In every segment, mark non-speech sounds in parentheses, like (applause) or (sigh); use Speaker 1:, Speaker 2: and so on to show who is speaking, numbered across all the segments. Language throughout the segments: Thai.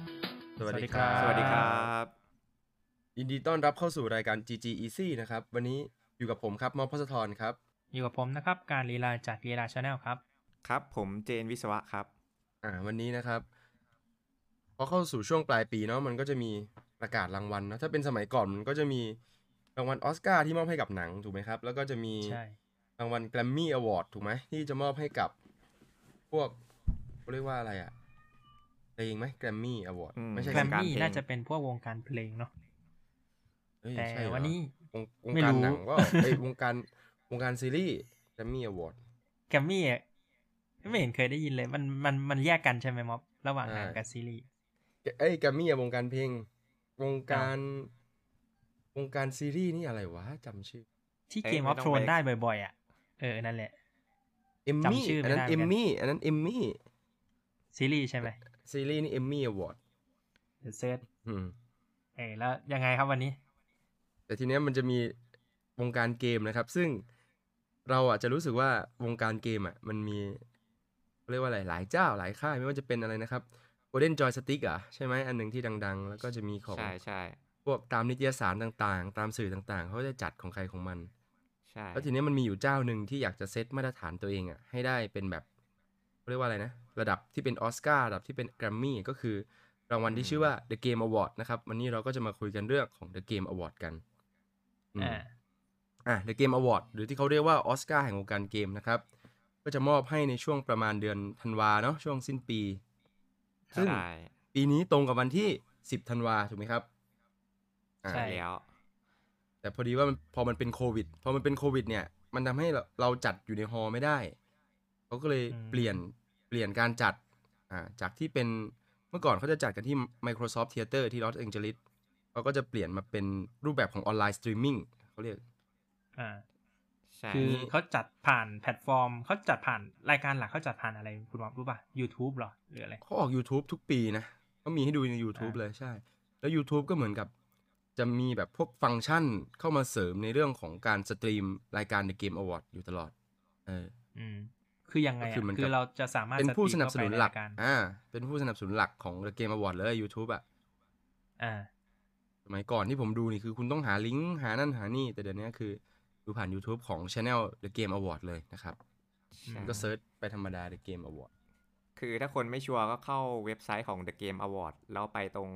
Speaker 1: ครับ
Speaker 2: สวัสดีครับ
Speaker 1: ยินดีต้อนรับเข้าสู่รายการ GG Easy นะครับ วันนี้อยู่กับผมครับมอพัสธรครับ
Speaker 3: อยู่กับผมนะครับ การลีลาจากลีลาชาแนลครับ
Speaker 2: ครับ ผมเจนวิศวะครับ
Speaker 1: อ่า วันนี้นะครับ พอเข้าสู่ช่วงปลายปีเนาะมันก็จะมีประกาศรางวัลเนอะถ้าเป็นสมัยก่อนมันก็จะมีรางวัลออสการ์ที่มอบให้กับหนังถูกไหมครับ แล้วก็จะมี
Speaker 3: ใช่
Speaker 1: รางวัลแกรมมี่อวอร์ดถูกไหมที่จะมอบให้กับพวกเขาเรียกว่าอะไรอะเพลงไหมแกรมมี่อวอร์ด
Speaker 2: อืม
Speaker 1: ไม่ใช่
Speaker 3: แกรม
Speaker 1: การ
Speaker 3: มี่
Speaker 2: เพลง
Speaker 3: น่าจะเป็นพวกวงการเพลงเนาะ
Speaker 1: เอ้ย
Speaker 3: แต่
Speaker 1: ใช่เหรอ
Speaker 3: วันนี้
Speaker 1: วงวง
Speaker 3: ไม่
Speaker 1: การ
Speaker 3: รู้
Speaker 1: หนังก็
Speaker 3: (laughs)
Speaker 1: ไอยวงการวงการซีรีส์แกรมมี่อวอร์ด
Speaker 3: แกรมมี่อะไม่เห็นเคยได้ยินเลยมันมันมันแยกกันใช่ไหมม็อบ ระหว่าง
Speaker 1: ใช่
Speaker 3: หนังกับซีรีส์
Speaker 1: ไอยแกรมมี่อะวงการเพลง วงการวงการซีรีส์นี่อะไรวะจำชื่อ
Speaker 3: ที่
Speaker 2: เอ้ย
Speaker 3: เกมอ
Speaker 2: ไม่
Speaker 3: อฟ
Speaker 2: ต้อง
Speaker 3: โทน
Speaker 2: ไป
Speaker 3: ได้บ่อยๆอ่ะเออ นั่นแหละ
Speaker 1: เอมมี่
Speaker 3: จำชื่อไม่
Speaker 1: อันนั้น
Speaker 3: ได้
Speaker 1: เอ
Speaker 3: เหมื
Speaker 1: ม
Speaker 3: อนกัน
Speaker 1: มี่อันนั้นเอมมี่
Speaker 3: ซีรีส์ใช่ไหม
Speaker 1: ซีรีส์นี่เอมมี่อวอร์ด
Speaker 3: เดี๋ยวเซิร์ช
Speaker 1: อืม
Speaker 3: เออแล้วยังไงครับวันนี้
Speaker 1: แต่ทีเนี้ยมันจะมีวงการเกมนะครับ ซึ่งเราอ่ะจะรู้สึกว่าวงการเกมอ่ะมันมีเขาเรียกว่าอะไรหลายเจ้าหลายค่ายไม่ว่าจะเป็นอะไรนะครับ Golden Joy Stick อ่ะใช่ไหมอันหนึ่งที่ดัง ๆ แล้วก็จะมีของ
Speaker 2: ใช่ใช่
Speaker 1: พวกตามนิตยสารต่างๆ ตามสื่อต่างๆ เขาจะจัดของใครของมัน
Speaker 2: ใช่
Speaker 1: แล้วทีนี้มันมีอยู่เจ้าหนึ่งที่อยากจะเซตมาตรฐานตัวเองอะ่ะ ให้ได้เป็นแบบเขาเรียกว่าอะไรนะ ระดับที่เป็นออสการ์ระดับที่เป็นแกรมมี่ก็คือรางวัลที่ชื่อว่า The Game Award นะครับ วันนี้เราก็จะมาคุยกันเรื่องของ The Game Award กันม
Speaker 3: อ่า
Speaker 1: อ่ะ The Game Award หรือที่เขาเรียกว่าออสการ์แห่งวงการเกมนะครับ ก็จะมอบให้ในช่วงประมาณเดือนธันวาเนาะช่วงสิ้นปี ซึ่ง
Speaker 2: ใช่
Speaker 1: ปีนี้ตรงกับวันที่ 10ธันวาถูกไหมครับอ่า
Speaker 3: ใช่
Speaker 2: แล้ว
Speaker 1: แต่พอดีว่ามันพอมันเป็นโควิด พอมันเป็นโควิดเนี่ย มันทำให้เราเราจัดอยู่ในฮอลไม่ได้ เขาก็เลย
Speaker 3: อืม
Speaker 1: เปลี่ยนเปลี่ยนการจัด อ่า จากที่เป็นเมื่อก่อนเขาจะจัดกันที่ Microsoft Theater ที่ลอสแองเจลิสเขาก็จะเปลี่ยนมาเป็นรูปแบบของออนไลน์สตรีมมิ่งเขาเรียก
Speaker 3: อ่า
Speaker 2: ใช่
Speaker 3: คือเขาจัดผ่านแพลตฟอร์มเขาจัดผ่านรายการหลักเขาจัดผ่านอะไรคุณม็อบรู้ป่ะ YouTube เหรอหรืออะไร
Speaker 1: เขาออก YouTube ทุกปีนะเขามีให้ดูใน YouTube
Speaker 3: อ่า
Speaker 1: เลยใช่ แล้ว YouTube ก็เหมือนกับจะมีแบบพวกฟังก์ชันเข้ามาเสริมในเรื่องของการสตรีมรายการ The Game Award อยู่ตลอด เออ
Speaker 3: อืม คือยังไง
Speaker 1: ก็
Speaker 3: อะ
Speaker 1: คือเหมือนกับ
Speaker 3: คือเราจะสามารถ
Speaker 1: เป็นผู้สนับสนุนหลัก
Speaker 3: สตรีมเข้าไปใรายาร
Speaker 1: อ่า เป็นผู้สนับสนุนหลักของ The Game Award เลย YouTube อ่ะ
Speaker 3: อ่า
Speaker 1: สมัยก่อนที่ผมดูนี่คือคุณต้องหาลิงก์หานั่นหานี่ แต่เดี๋ยวนี้คือดูผ่าน YouTube ของ Channel The Game Award เลยนะครับ
Speaker 3: อืม
Speaker 1: ก็เซิร์ชไปธรรมดา The Game Award
Speaker 2: คือถ้าคนไม่ชัวร์ก็เข้าเว็บไซต์ของ The Game Award แล้วไปตรง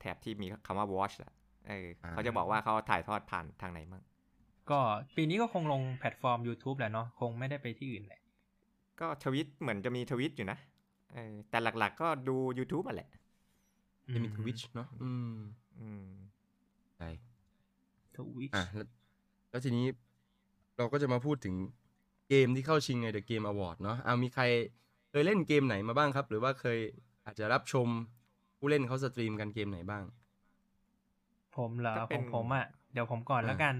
Speaker 2: แถบที่มีคำว่า watch อะเออ
Speaker 1: อ่า
Speaker 2: เขาจะบอกว่าเขาถ่ายทอดผ่านทางไหนมั่ง
Speaker 3: ก็ปีนี้ก็คงลงแพลตฟอร์ม YouTube แหละเนาะคงไม่ได้ไปที่อื่นแหละ
Speaker 2: ก็ทวิตเหมือนจะมีทวิตอยู่นะเออแต่หลักๆก็ดู YouTube มาแหละ
Speaker 1: จะมี Twitch เนาะอืม
Speaker 2: อืม
Speaker 1: ใช่
Speaker 3: ทวิช
Speaker 1: อ่ะแล้วแล้วทีนี้เราก็จะมาพูดถึงเกมที่เข้าชิงใน The Game Award เนาะเอามีใครเคยเล่นเกมไหนมาบ้างครับ หรือว่าเคยอาจจะรับชมผู้เล่นเขาสตรีมกันเกมไหนบ้าง
Speaker 3: ผมเหรอ
Speaker 2: ถ้า
Speaker 3: ข
Speaker 2: เป็น
Speaker 3: องผมอ่ะ เดี๋ยวผมก่อน
Speaker 1: อ่า
Speaker 3: แล้วกัน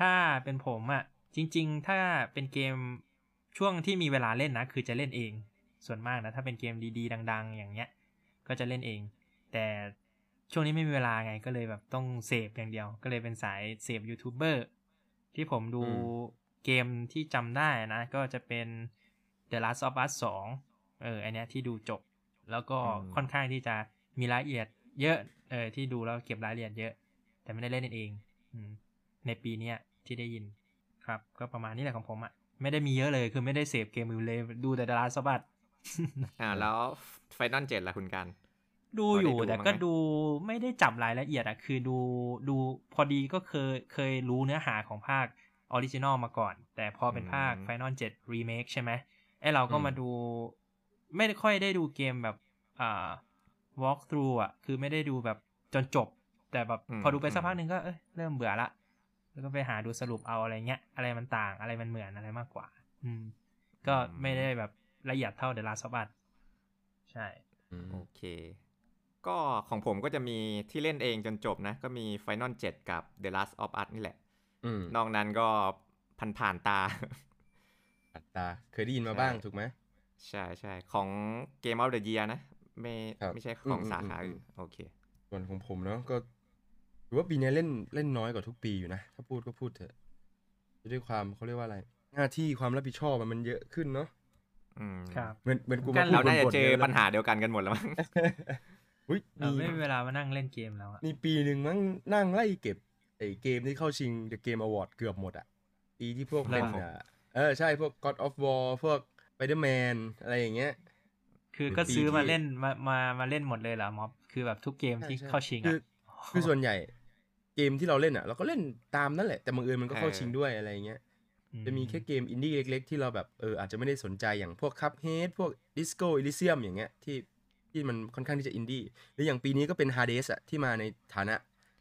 Speaker 3: ถ้าเป็นผมอ่ะ จริง ๆ ถ้าเป็นเกมช่วงที่มีเวลาเล่นนะ คือจะเล่นเอง ส่วนมากนะ ถ้าเป็นเกมดีๆ ดัง ๆ อย่างเงี้ย ก็จะเล่นเอง แต่ช่วงนี้ไม่มีเวลาไงก็เลยแบบต้องเสพอย่างเดียว ก็เลยเป็นสายเสพยูทูบเบอร์ที่ผมดู
Speaker 1: อื
Speaker 3: เกมที่จำได้นะ ก็จะเป็น The Last of Us 2 เอออันเนี้ยที่ดูจบ แล้วก็
Speaker 2: อืม
Speaker 3: ค่อนข้างที่จะมีรายละเอียดเยอะ เออที่ดูแล้วเก็บรายละเอียดเยอะ แต่ไม่ได้เล่นเองอืมในปีเนี้ยที่ได้ยินครับ ก็ประมาณนี้แหละของผมอะ่ะ ไม่ได้มีเยอะเลยคือไม่ได้เสพเกมอยู่เลยดูแต่ The Last of Us
Speaker 2: อ่าแล้ว Final 7ล่ะคุณการ
Speaker 3: ดู
Speaker 2: พอได้
Speaker 3: อยู่
Speaker 2: ดู
Speaker 3: แต่
Speaker 2: บ้างไหม
Speaker 3: ก็ดูไม่ได้จับรายละเอียดอะคือดูดูพอดีก็เคยเคยรู้เนื้อหาของภาคออริจินอลมาก่อน แต่พอเป็นภาค
Speaker 2: อืม
Speaker 3: Final 7 Remake ใช่ไหมไอเราก็
Speaker 1: อืม
Speaker 3: มาดู ไม่ได้ค่อยได้ดูเกมแบบอ่า walk through อะคือไม่ได้ดูแบบจนจบ แต่แบบ
Speaker 2: อืม
Speaker 3: พอดูไปสัก
Speaker 2: อืม
Speaker 3: พักหนึ่งก็เอ้ยเริ่มเบื่อละ แล้วก็ไปหาดูสรุปเอาอะไรเงี้ย อะไรมันต่างอะไรมันเหมือนอะไรมากกว่า อืม ก็ไม่ได้แบบละเอียดเท่า The Last of Us ใช่
Speaker 2: โอเค ก็ของผมก็จะมีที่เล่นเองจนจบนะ ก็มี Final 7 กับ The Last of Us นี่แหละ
Speaker 1: อืม
Speaker 2: นอกนั้นก็ผ่านผ่านๆตา (laughs)
Speaker 1: อัตราเคยได้ยินมา
Speaker 2: ใช่
Speaker 1: บ้างถูกไหม
Speaker 2: ใช่ใช่ของเกม of the year นะ ไม่
Speaker 1: ครับ
Speaker 2: ไม่ใช่ของ
Speaker 1: อืม
Speaker 2: สาขา
Speaker 1: อืม
Speaker 2: อื่นโอเค
Speaker 1: ส่วนของผมเนาะก็ถือว่าปีเนี้ยเล่นเล่นน้อยกว่าทุกปีอยู่นะ ถ้าพูดก็พูดเถอะด้วยความเขาเรียกว่าอะไร หน้าที่ความรับผิดชอบอะมันเยอะขึ้นเนาะ
Speaker 2: อืม
Speaker 3: ครับ
Speaker 1: เหมือนเหมือนกู
Speaker 3: กั
Speaker 1: มาน พูด
Speaker 2: เราน่าจะ
Speaker 1: บ่นๆ
Speaker 2: เจอ
Speaker 1: นี่ยแล้ว
Speaker 3: (laughs)
Speaker 2: ปัญหาเดียวกันกันหมดแล้วมั้ง
Speaker 1: (laughs) อุ้ย
Speaker 3: เราไม่
Speaker 1: นี่
Speaker 3: มีเวลามานั่งเล่นเกมแล้วอะ
Speaker 1: นี่ปีหนึ่งมั้งนั่งไล่เก็บไอ้เกมที่เข้าชิงเดอะเกมอวอร์ดเกือบหมดอ่ะปีที่พวกเป็น
Speaker 2: แล้ว
Speaker 1: อ่ะเออใช่พวก God of War พวก Spider-Man อะไรอย่างเงี้ย
Speaker 3: คือ
Speaker 1: หรือ
Speaker 3: ก็ซื้อ
Speaker 1: ปีที่
Speaker 3: มาเล่นมามามาเล่นหมดเลยเหรอม็อบคือแบบทุกเกมที่
Speaker 1: ใช่
Speaker 3: เข้าชิง
Speaker 1: คื
Speaker 3: อะ
Speaker 1: อคือส่วนใหญ่เกมที่เราเล่นอ่ะ เราก็เล่นตามนั่นแหละ แต่บางเอิญมันก็เข้าชิงด้วยอะไรอย่างเงี้ย
Speaker 3: อื
Speaker 1: จะมีแค่เกมอินดี้เล็กๆ ที่เราแบบเอออาจจะไม่ได้สนใจอย่างพวกคับเฮดพวกดิสโก้อิลิเซียมอย่างเงี้ยที่ที่มันค่อนข้างที่จะอินดี้หรืออย่างปีนี้ก็เป็น Hades อะที่มาในฐานะ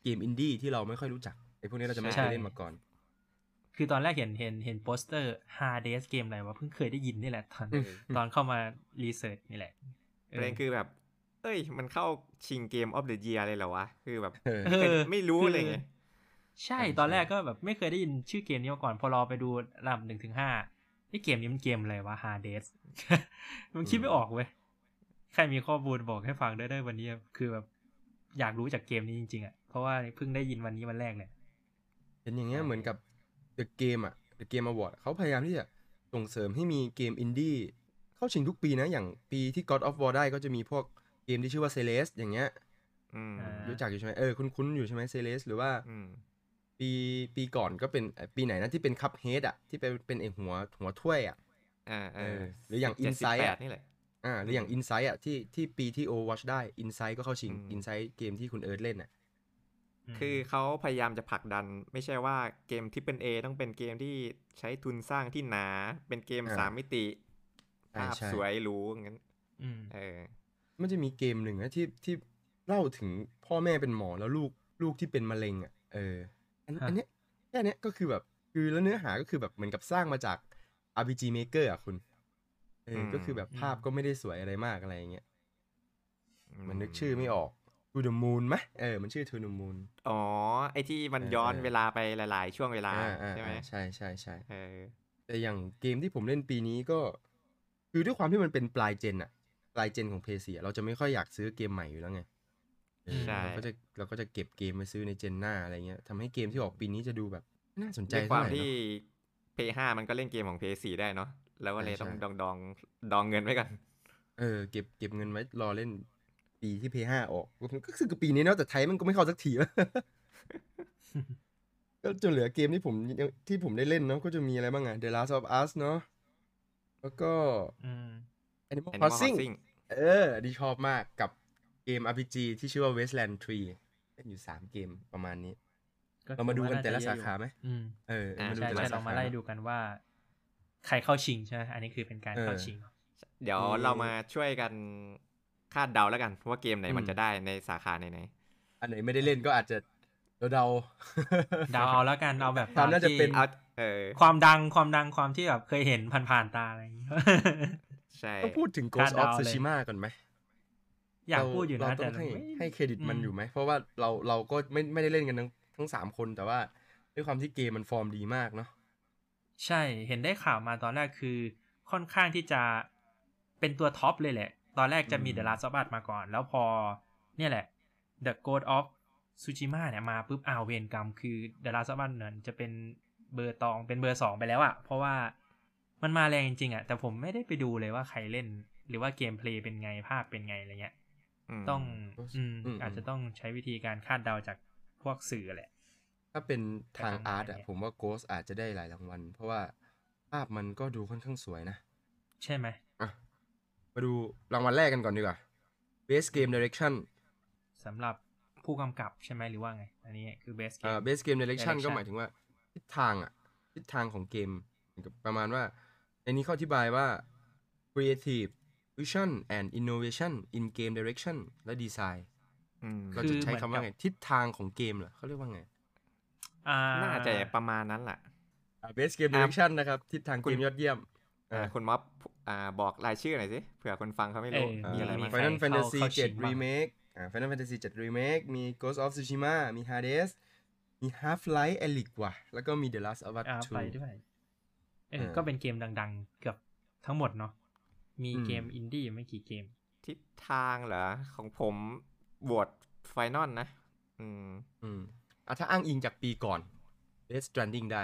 Speaker 1: เกมอินดี้ที่เราไม่ค่อยรู้จักไอ้พวกนี้เราจะไม่เคยเล่นมาก่อน
Speaker 3: คือตอนแรกเห็นเห็นเห็นโปสเตอร์ Hard Days เกมอะไรวะเพิ่งเคยได้ยินนี่แหละตอน
Speaker 1: อืม
Speaker 3: ตอนเข้ามารีเสิร์ชนี่แหละเอ
Speaker 2: ประ
Speaker 3: อ
Speaker 2: เด็นคือแบบ เอ้ย มันเข้าชิงเกมออฟเดอะเยียเลยเหรอวะ คือ
Speaker 3: (laughs)
Speaker 2: แบบ
Speaker 1: เออ
Speaker 3: เออ
Speaker 2: ไม่รู้
Speaker 3: คืออ
Speaker 2: อะไรเงี้ย
Speaker 3: ใช่
Speaker 1: ใช่
Speaker 3: ตอน
Speaker 1: ใช่
Speaker 3: แรกก็แบบไม่เคยได้ยินชื่อเกมนี้มาก่อน พอเราไปดูลำหนึ่งถึงห้าไอ้เกมนี้มันเกมอะไรวะ Hard (laughs) Days มันคิดไม่ออกเว้ย ใครมีข้อมูลบอกให้ฟังได้ได้วันนี้ คือแบบอยากรู้จากเกมนี้จริงๆอ่ะ เพราะว่าเพิ่งได้ยินวันนี้วันแรกเลย
Speaker 1: เป็นอย่างเงี้ยเหมือนกับ The Game อะ The Game Award เขาพยายามที่จะส่งเสริมให้มีเกมอินดี้เข้าชิงทุกปีนะอย่างปีที่ God of War ได้ก็จะมีพวกเกมที่ชื่อว่า Celeste อย่างเงี้ย
Speaker 2: อืม
Speaker 3: อ่า
Speaker 1: รู้จักอยู่ใช่ไหมเออคุ้นๆอยู่ใช่ไหม Celeste หรือว่า
Speaker 2: อืม
Speaker 1: ปีปีก่อนก็เป็นเอ่อปีไหนนะที่เป็นคัพเฮดอ่ะ ที่เป็นเป็นไอหัวหัวถ้วยอ่ะ
Speaker 2: อ่าเออ
Speaker 1: เออหรืออย่าง
Speaker 2: 17
Speaker 1: Inside อะ
Speaker 2: 18นี่แหละ
Speaker 1: อ่าหรืออย่างอินไซ h ์อ่ะที่ที่ปีที่โอว c h ได้อินไซ h ์ก็เข้าชิง
Speaker 2: อืม
Speaker 1: อินไซ h ์เกมที่คุณเอิร์ธเล่นอ่ะ
Speaker 2: คือเขาพยายามจะผลักดัน ไม่ใช่ว่าเกมที่เป็นเอต้องเป็นเกมที่ใช้ทุนสร้างที่หนา เป็นเกม
Speaker 1: อ่า
Speaker 2: สามมิติ
Speaker 1: ใช่
Speaker 2: ภาพ
Speaker 1: ใช่
Speaker 2: สวยหรูอย่างนั้น
Speaker 3: ม
Speaker 2: เออ
Speaker 1: มันจะมีเกมหนึ่งนะที่ที่เล่าถึงพ่อแม่เป็นหมอแล้วลูกลูกที่เป็นมะเร็งอ่ะเอออันอันเนี้ยแค่เนี้ยก็คือแบบคือแล้วเนื้อหาก็คือแบบเหมือนกับสร้างมาจาก RPG Maker อ่ะคุณเอออ
Speaker 2: ม
Speaker 1: ก็คือแบบภาพก็ไม่ได้สวยอะไรมากอะไรอย่างเงี้ยมันนึกชื่อไม่ออก To the Moon ไหมเออมันชื่อ To the Moon
Speaker 2: อ๋อ ไอที่มัน
Speaker 1: เออ
Speaker 2: ย้อน
Speaker 1: เออ
Speaker 2: เวลาไปหลาย ๆ ช่วงเวลา
Speaker 1: อ่าอ่า
Speaker 2: ใช่ไหม
Speaker 1: อ่าใช่ใช่ใช่
Speaker 2: เออ
Speaker 1: แต่อย่างเกมที่ผมเล่นปีนี้ก็ คือด้วยความที่มันเป็นปลายเจนอะปลายเจนของเพย์ซีเราจะไม่ค่อยอยากซื้อเกมใหม่อยู่แล้วไงเออ
Speaker 2: ใช่
Speaker 1: เราก็จะเราก็จะเก็บเกมไปซื้อในเจนหน้าอะไรเงี้ยทำให้เกมที่ออกปีนี้จะดูแบบไม่น่าสนใจ
Speaker 2: ด้วย
Speaker 1: เท่าว
Speaker 2: คาม
Speaker 1: ไหร่เน
Speaker 2: ที่
Speaker 1: อะ
Speaker 2: P5 มันก็เล่นเกมของ P4 ได้เนาะแล้วก็เลย
Speaker 1: ใช่
Speaker 2: ต้อง
Speaker 1: ใช่
Speaker 2: ดองดองดองเงินไว้
Speaker 1: (laughs)
Speaker 2: กัน
Speaker 1: เออเก็บเก็บเงินไว้รอเล่นปีที่เพย์ห้าออกก็คือกับปีนี้เนาะแต่ไทยมันก็ไม่เข้าสักที (laughs) วะ ก็จนเหลือเกมที่ผมยังที่ผมได้เล่นเนาะก็จะมีอะไรบ้างอะ The Last of Us เนาะแล้วก็
Speaker 3: อืม
Speaker 1: Animal
Speaker 2: Animal
Speaker 1: Crossing
Speaker 2: Crossing
Speaker 1: เอออันนีชอบมากกับเกม RPG ที่ชื่อว่า Wasteland 3เล่นอยู่ 3 เกมประมาณนี้
Speaker 3: ก็
Speaker 1: เรามาดูกัน
Speaker 3: ถือว่
Speaker 1: แต่ละ
Speaker 3: เยอ
Speaker 1: สา
Speaker 3: อยู่
Speaker 1: ขาไหม
Speaker 3: อืม
Speaker 1: เออ
Speaker 2: อ่า
Speaker 1: มาดู
Speaker 3: ใช่
Speaker 1: แต่ละ
Speaker 3: ใช่
Speaker 1: สา
Speaker 3: เรา
Speaker 1: ขา
Speaker 3: มาไล่ดูกันว่า ใครเข้าชิงใช่ไหมอันนี้คือเป็นการ
Speaker 1: เออ
Speaker 3: เข้าชิง
Speaker 2: เดี๋ยว
Speaker 1: มี
Speaker 2: เรามาช่วยกันคาดเดาแล้วกัน ว่าเกมไหน
Speaker 1: อืม
Speaker 2: มันจะได้ในสาขาไหน
Speaker 1: อันไหนไม่ได้เล่นก็อาจจะเดา
Speaker 3: เดาเอาแล้วกันเอาแบบ
Speaker 1: ตามน่าจะ
Speaker 3: ที่
Speaker 1: เป็น
Speaker 2: ๆเอาเออ
Speaker 3: ความดังความดังความที่แบบเคยเห็นผ่านๆตาอะไรอย่าง (laughs) งี้
Speaker 2: ใช่
Speaker 1: ๆต้องพูดถึง
Speaker 3: คาด
Speaker 1: Ghost
Speaker 3: เดา
Speaker 1: of
Speaker 3: เลย
Speaker 1: Tsushima ก่อนไหม
Speaker 3: อยาก
Speaker 1: เร
Speaker 3: พูดอยู่
Speaker 1: เรา
Speaker 3: นะ
Speaker 1: ต้
Speaker 3: แต่
Speaker 1: องให้
Speaker 3: ไม่
Speaker 1: ให้เครดิตมัน
Speaker 3: อืม
Speaker 1: อยู่ไหม เพราะว่าเราเราก็ไม่ไม่ได้เล่นกันทั้งทั้งสามคนแต่ว่าด้วยความที่เกมมันฟอร์มดีมากเนาะ
Speaker 3: ใช่เห็นได้ข่าวมาตอนแรกคือค่อนข้างที่จะเป็นตัวท็อปเลยแหละ ตอนแรกจะมี
Speaker 1: อืม
Speaker 3: The Last of Us มาก่อน แล้วพอเนี่ยแหละ The Ghost of Tsushima เนี่ยมาปุ๊บอ้าวเวรกรรมคือ The Last of Us เนี่ยจะเป็นเบอร์ตองเป็นเบอร์สองไปแล้วอะเพราะว่ามันมาแรงจริงๆอะแต่ผมไม่ได้ไปดูเลยว่าใครเล่น หรือว่าเกมเพลย์เป็นไงภาพเป็นไงอะไรเงี้ย
Speaker 2: ม
Speaker 3: ต้องอืม
Speaker 1: อืม
Speaker 3: อาจจะต้องใช้วิธีการคาดเดาจากพวกสื่อแหละ
Speaker 1: ถ้าเป็นทางอาร์ตอะ
Speaker 3: แต่ทางอาร์ตเนี่ย
Speaker 1: ผมว่า Ghost อาจจะได้หลายรางวัลเพราะว่าภาพมันก็ดูค่อนข้างสวยนะ
Speaker 3: ใช่ไหม
Speaker 1: อ่ะมาดูรางวัลแรกกันก่อนดีกว่า Best Game Direction
Speaker 3: สำหรับผู้กำกับใช่ไหมหรือว่าไง อันนี้คือ best
Speaker 1: อ่า
Speaker 3: game
Speaker 1: Best Game Direction
Speaker 3: Direction
Speaker 1: ก็หมายถึงว่าทิศทางอ่ะทิศทางของเกมเหมือนกับประมาณว่า ในนี้เขาอธิบายว่า Creative Vision and Innovation in Game Direction และ Design
Speaker 2: อืม
Speaker 1: เราจะใช้คำว่าไง ทิศทางของเกมเหรอเขาเรียกว่าไง
Speaker 3: อ่า
Speaker 2: น่าจะประมาณนั้นแหละ
Speaker 1: อ่า Best Game Direction นะครับ ทิศทางเกมยอดเยี่ยม
Speaker 2: อ่า
Speaker 1: อ่า
Speaker 2: คุณม็อบอ่าบอกรายชื่อหน่อยสิเผื่อคนฟังเขาไม่
Speaker 3: เอ
Speaker 2: รู้
Speaker 3: อ
Speaker 1: อ่ามี
Speaker 2: มีอะไร
Speaker 1: มี
Speaker 2: บ้าง
Speaker 1: Final
Speaker 3: ใคร
Speaker 1: Fantasy
Speaker 3: ข้าข้าชิง
Speaker 1: 7
Speaker 3: บ้าง
Speaker 1: Remake อ่า Final Fantasy 7 Remake มี Ghost of Tsushima มี Hades มี Half-Life Alyx ว่ะ แล้วก็มี The Last of Us
Speaker 3: อ่าไป
Speaker 1: 2
Speaker 3: ด้วยเออ
Speaker 1: เออ
Speaker 3: ก็เป็นเกมดังๆ เกือบทั้งหมดเนาะมี
Speaker 1: อืม
Speaker 3: เกมอินดี้ไม่กี่เกม
Speaker 2: ทิศทางเหรอ ของผมบวชไฟนอลนะ อืม
Speaker 1: อืมอ่ะถ้าอ้างอิงจากปีก่อน Death Stranding ได้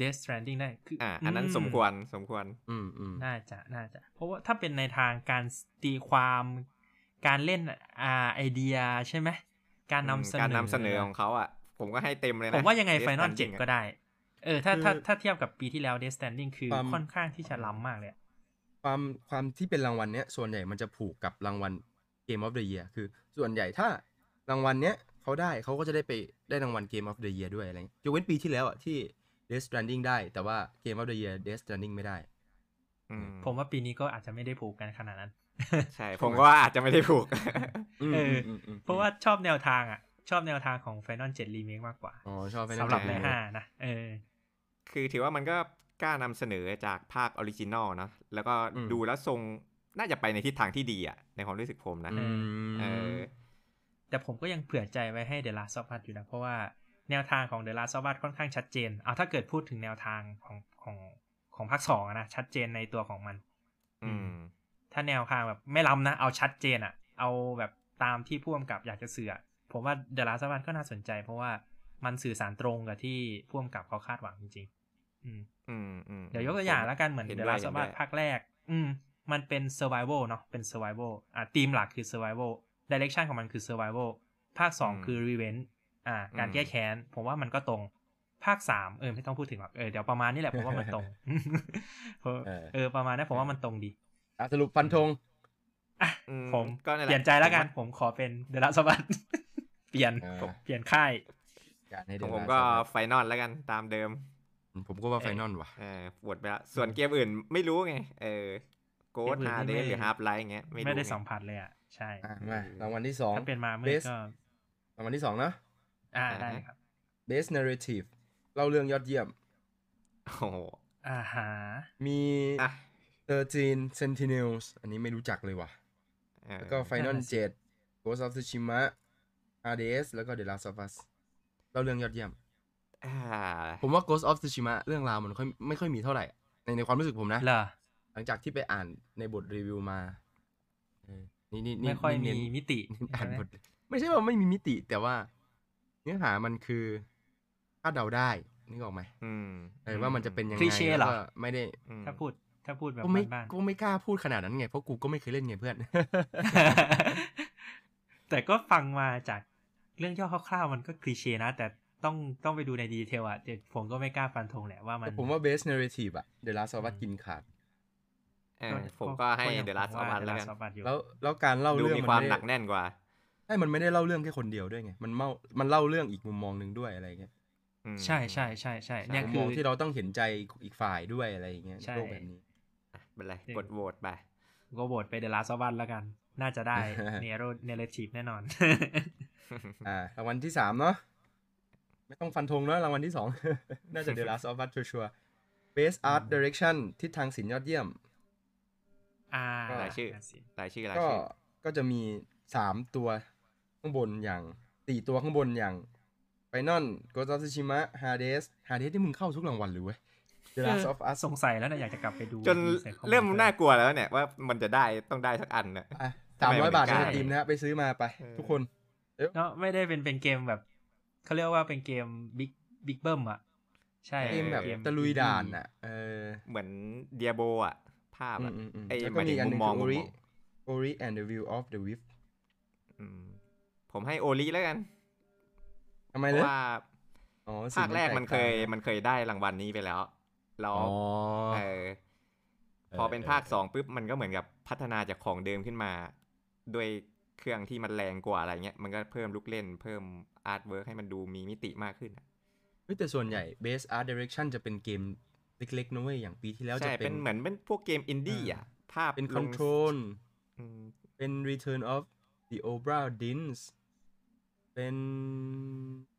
Speaker 3: Death Stranding ได้คืออ
Speaker 2: อ่า อันนั้นสมควรสมควร
Speaker 1: อืมอืม
Speaker 3: น่าจะน่าจะ เพราะว่าถ้าเป็นในทางการตีความ การเล่นอ่าไอเดียใช่ไหมการนำเสนอ
Speaker 2: การนำเสนอของเขาอ่ะ ผมก็ให้เต็มเลยนะ
Speaker 3: ผมว่ายังไง
Speaker 2: Death
Speaker 3: ไฟนอล
Speaker 2: Stranding
Speaker 3: เจ็ด
Speaker 2: ะ
Speaker 3: ก็ได้ เออ ถ้าถ้า
Speaker 1: คือ
Speaker 3: ถ้าเทียบกับปีที่แล้วเดส t ตนดิ้งคือ
Speaker 1: ความ
Speaker 3: ค่อนข้างที่จะล้ำมากเลยอะ
Speaker 1: ความความที่เป็นรางวัลเนี้ยส่วนใหญ่มันจะผูกกับรางวัล Game of the Year คือส่วนใหญ่ถ้ารางวัลเนี้ยเขาได้เขาก็จะได้ไปได้รางวัล Game of the Year ด้วยอะไรเงี้ยยกเว้นปีที่แล้วอ่ะที่ Death Stranding ได้ แต่ว่า Game of the Year Death Stranding ไม่ได้
Speaker 2: อืม
Speaker 3: ผมว่าปีนี้ก็อาจจะไม่ได้ผูกกันขนาดนั้น
Speaker 2: ใช่ ผมก็ว่าอาจจะไม่ได้ผูก (laughs)
Speaker 1: อืม
Speaker 3: เออ
Speaker 1: มมอืม
Speaker 3: เพราะว่าชอบแนวทางอ่ะ ชอบแนวทางของ Final 7 Remake มากกว่า
Speaker 1: อ๋อชอบ Final
Speaker 3: สำหรับ
Speaker 1: Fantasy
Speaker 3: ในห้านะ เออ
Speaker 2: คือถือว่ามันก็กล้านำเสนอจากภาคออริจินอลเนอะแล้วก็
Speaker 1: อืม
Speaker 2: ดูแล้วทรงน่าจะไปในทิศทางที่ดีอ่ะ ในความรู้สึกผมนะ
Speaker 1: อืม
Speaker 2: เออ
Speaker 3: แต่ผมก็ยังเผื่อใจไว้ให้ The Last of Us อยู่นะ เพราะว่าแนวทางของ The Last of Us ค่อนข้างชัดเจน เอาถ้าเกิดพูดถึงแนวทางของของของภาคสองอะนะ ชัดเจนในตัวของมัน
Speaker 2: อืม
Speaker 3: ถ้าแนวทางแบบไม่ล้ำนะ เอาชัดเจนอะเอาแบบตามที่พ่วมกับอยากจะเสืออะผมว่าเดลาสวันก็น่าสนใจ เพราะว่ามันสื่อสารตรงกับที่พ่วมกับเขาคาดหวังจริงๆอืม
Speaker 2: อืมอืม
Speaker 3: เดี๋ยวยกตัวอย่างแล้วกันเหมือน
Speaker 2: เห็น
Speaker 3: เด
Speaker 2: ด้วย
Speaker 3: ลาสวัน
Speaker 2: เห็นด้วย
Speaker 3: ภาคแรก อืม มันเป็น survival เนาะเป็น survival อ่ะธีมหลักคือ survival direction ของมันคือ survival ภาค
Speaker 2: อืม
Speaker 3: 2 คือ revenge อ่า การแก้แค้น ผมว่ามันก็ตรง ภาค 3 เออ ไม่ต้องพูดถึงหรอกเออเดี๋ยวประมาณนี้แหละผมว่ามันตรง เออเออประมาณนั้นผมว่ามันตรงดี
Speaker 1: อ่ะสรุปฟันธง
Speaker 3: อ่ะ
Speaker 2: อืม
Speaker 3: ผม
Speaker 2: ก็นั่นแหละ
Speaker 3: เปลี่ยนใจแล้วกัน
Speaker 2: ผมว่า
Speaker 3: ผมขอเป็นเดลัสวัต (laughs) เปลี่ยน
Speaker 1: อ่า
Speaker 3: เปลี่ยนค่าย
Speaker 1: อยากให้
Speaker 2: ข
Speaker 1: เดิ
Speaker 2: อนงผม
Speaker 1: มา
Speaker 2: ก็
Speaker 1: สำหรับ
Speaker 2: ไฟนอลแล้วกันตามเดิม
Speaker 1: ผมก็ว่าไฟนอลว่ะ
Speaker 2: เออปวดไปละส่วนเกมอื่นไม่รู้ไง เออโกด
Speaker 3: เกมอื่นไม่
Speaker 2: ฮาเด
Speaker 3: ไม่
Speaker 2: หรือฮาร์ปไลท์เงี้ยไม่รู้
Speaker 3: ไม่ได้
Speaker 2: ง
Speaker 3: สัมผัสเลยอ่ะ ใช่
Speaker 1: อ่ะมารางวัลที่สอง
Speaker 3: ถ้าเป็นมาเมื่อ
Speaker 1: Best
Speaker 3: ก็
Speaker 1: รางวัลที่สองนะ
Speaker 3: อ่า
Speaker 2: อ่า
Speaker 3: ได้ครับ
Speaker 1: Best Narrative เล่าเรื่องยอดเยี่ยม
Speaker 2: โอ้โห
Speaker 3: อ่าฮะ
Speaker 1: มี
Speaker 2: อ่ะ
Speaker 1: 13 Sentinels อันนี้ไม่รู้จักเลยว่ะ
Speaker 2: เออ
Speaker 1: แล้วก็ Final 7 Ghost of Tsushima RDS แล้วก็ The Last of Us เล่าเรื่องยอดเยี่ยม
Speaker 2: อ่า
Speaker 1: ผมว่า Ghost of Tsushima เรื่องราวมันค่อยไม่ค่อยมีเท่าไหร่ ในในความรู้สึกผมนะ
Speaker 3: เหรอ
Speaker 1: หลังจากที่ไปอ่านในบทรีวิวมาเออนี่นี่นี่
Speaker 3: ไม่ค่อยมี
Speaker 1: เน้น
Speaker 3: มิติ
Speaker 1: อ่า
Speaker 3: ใช่
Speaker 1: น
Speaker 3: ไหม
Speaker 1: บทไม่ใช่ว่าไม่มีมิติแต่ว่า เนื้อหามันคือคาดเดาได้นึกออกไหม
Speaker 2: อืม
Speaker 1: เออว่ามันจะเป็นยังไง
Speaker 3: คลีเช่
Speaker 1: แล้ว
Speaker 3: เหร
Speaker 1: ก็
Speaker 3: อ
Speaker 1: ไม่ได้
Speaker 2: อืม
Speaker 3: ถ้าพูด ถ้าพูดแบบ
Speaker 1: ก็ไม่
Speaker 3: บ้านๆ
Speaker 1: ก็ไม่กล้าพูดขนาดนั้นไงเพราะกูก็ไม่เคยเล่นไงเพื่อน
Speaker 3: (laughs) แต่ก็ฟังมาจากเรื่องย่อคร่าวๆ มันก็คลีเช่นะ แต่ต้องต้องไปดูในดีเทลอ่ะเดี๋ยวผมก็ไม่กล้าฟันธงแหละว่ามัน
Speaker 1: แต่ผมว่า best narrative อะ The Last of Us
Speaker 3: อืม
Speaker 1: กินขาด
Speaker 2: เออผมก็ให้เดลัสออวันแล้วกัน
Speaker 3: Last of Us อยู่
Speaker 1: แล้วแล้วการเล่า
Speaker 2: ดู
Speaker 1: เรื่อง
Speaker 2: มี
Speaker 1: มั
Speaker 2: ความ
Speaker 1: ไม่
Speaker 2: หนั
Speaker 1: ได้
Speaker 2: กแน่นกว่า
Speaker 1: ใช่มันไม่ได้เล่าเรื่องแค่คนเดียวด้วยไง มันเมามันเล่าเรื่องอีกมุมมองหนึ่งด้วยอะไรเงี้ย
Speaker 2: อืม
Speaker 3: ใช่ใช่ใช่ใช่
Speaker 2: ใช่
Speaker 3: เนี่ย
Speaker 1: มุมม
Speaker 3: คือ
Speaker 1: องที่เราต้องเห็นใจอีกฝ่ายด้วยอะไรอย่างเงี้ย
Speaker 3: ใช่
Speaker 1: โลกแบบนี้
Speaker 2: อ่ะเป็นไร
Speaker 3: จริง
Speaker 2: กดโหวตไป
Speaker 3: ก็โหวตไปเดลาสวันแล้วกัน น่าจะ
Speaker 1: (laughs)
Speaker 3: ได้ เนโรเนเรทีฟแน่นอน (laughs)
Speaker 1: อ่ารางวัลที่สามเนาะไม่ต้องฟันธงเนาะรางวัลที่สอง (laughs) น่าจะ The Last of Us ชัวร์ๆ Best Art Direction ทิศทางศิลป์ยอดเยี่ยม
Speaker 3: อ่าร
Speaker 2: ายชื่อ
Speaker 3: นั่นสิ
Speaker 2: รายชื่อราย
Speaker 1: ก็
Speaker 2: ชื่อ
Speaker 1: ก็จะมีสามตัวข้างบนอย่างสี่ตัวข้างบนอย่าง Final Ghost of Tsushima Hades Hades ที่มึงเข้าทุกรางวัลเลยเว้ย The Last of Us
Speaker 3: สงสัยแล้วนะอยากจะกลับไปดู
Speaker 2: จน
Speaker 3: ใส่ข้อล
Speaker 2: เริ่มน่ากลัวแล้วเนี่ยว่ามันจะได้ต้องได้สักอันน่ะ
Speaker 1: สามร้อยบาท
Speaker 2: ทำไม
Speaker 1: ใน
Speaker 2: มัน
Speaker 1: ทีมนะฮะไปซื้อมาไป
Speaker 2: เออ
Speaker 1: ทุกคน
Speaker 3: เนาะไม่ได้เป็นเป็นเกมแบบเขาเรียกว่าเป็นเกมบิ๊กบิ๊กเบิ้มอ่ะ ใช่
Speaker 1: เกมแบบ
Speaker 2: เกม
Speaker 1: ตะลุยด่านอ่ะเออ
Speaker 2: เหมือนเดียโบอ่ะ ภาพอ่ะ
Speaker 1: อืมอืมอืม
Speaker 2: ไอ้
Speaker 1: แล้วก็มีอีกอันหนึ่ง
Speaker 2: หมาย
Speaker 1: คือ
Speaker 2: ถึงมุม
Speaker 1: อ
Speaker 2: มองมุ
Speaker 1: Ori
Speaker 2: มมอง
Speaker 1: Ori and the Will of the Wisp
Speaker 2: อืมผมให้โอลิแล้วกัน
Speaker 1: ทำไม
Speaker 2: เพ
Speaker 1: เลย
Speaker 2: ราะว่า
Speaker 1: อ๋อ
Speaker 2: ภาคแรกมันเคย
Speaker 1: มัน
Speaker 2: มันเคยได้รางวัลนี้ไปแล้ว แล้ว
Speaker 1: อ๋อ
Speaker 2: เออ พอเป็นภาคสองปุ๊บมันก็เหมือนกับพัฒนาจากของเดิมขึ้นมา ด้วยเครื่องที่มันแรงกว่าอะไรเงี้ย มันก็เพิ่มลูกเล่น เพิ่มอาร์ตเวิร์กให้มันดูมีมิติมากขึ้นอะ
Speaker 1: เฮ้ยแต่ส่วนใหญ่ Base Art Direction จะเป็นเกมเล็กๆนะเว้ยอย่างปีที่แล้วจะ
Speaker 2: ใช่
Speaker 1: เป็
Speaker 2: เป็น
Speaker 1: น
Speaker 2: เหมือนเป็นพวกเกมอินดี้อ่ะ ภาพ
Speaker 1: เป็น
Speaker 2: ลง
Speaker 1: Control
Speaker 2: อืม
Speaker 1: เป็น Return of the Obra Dinn เป็น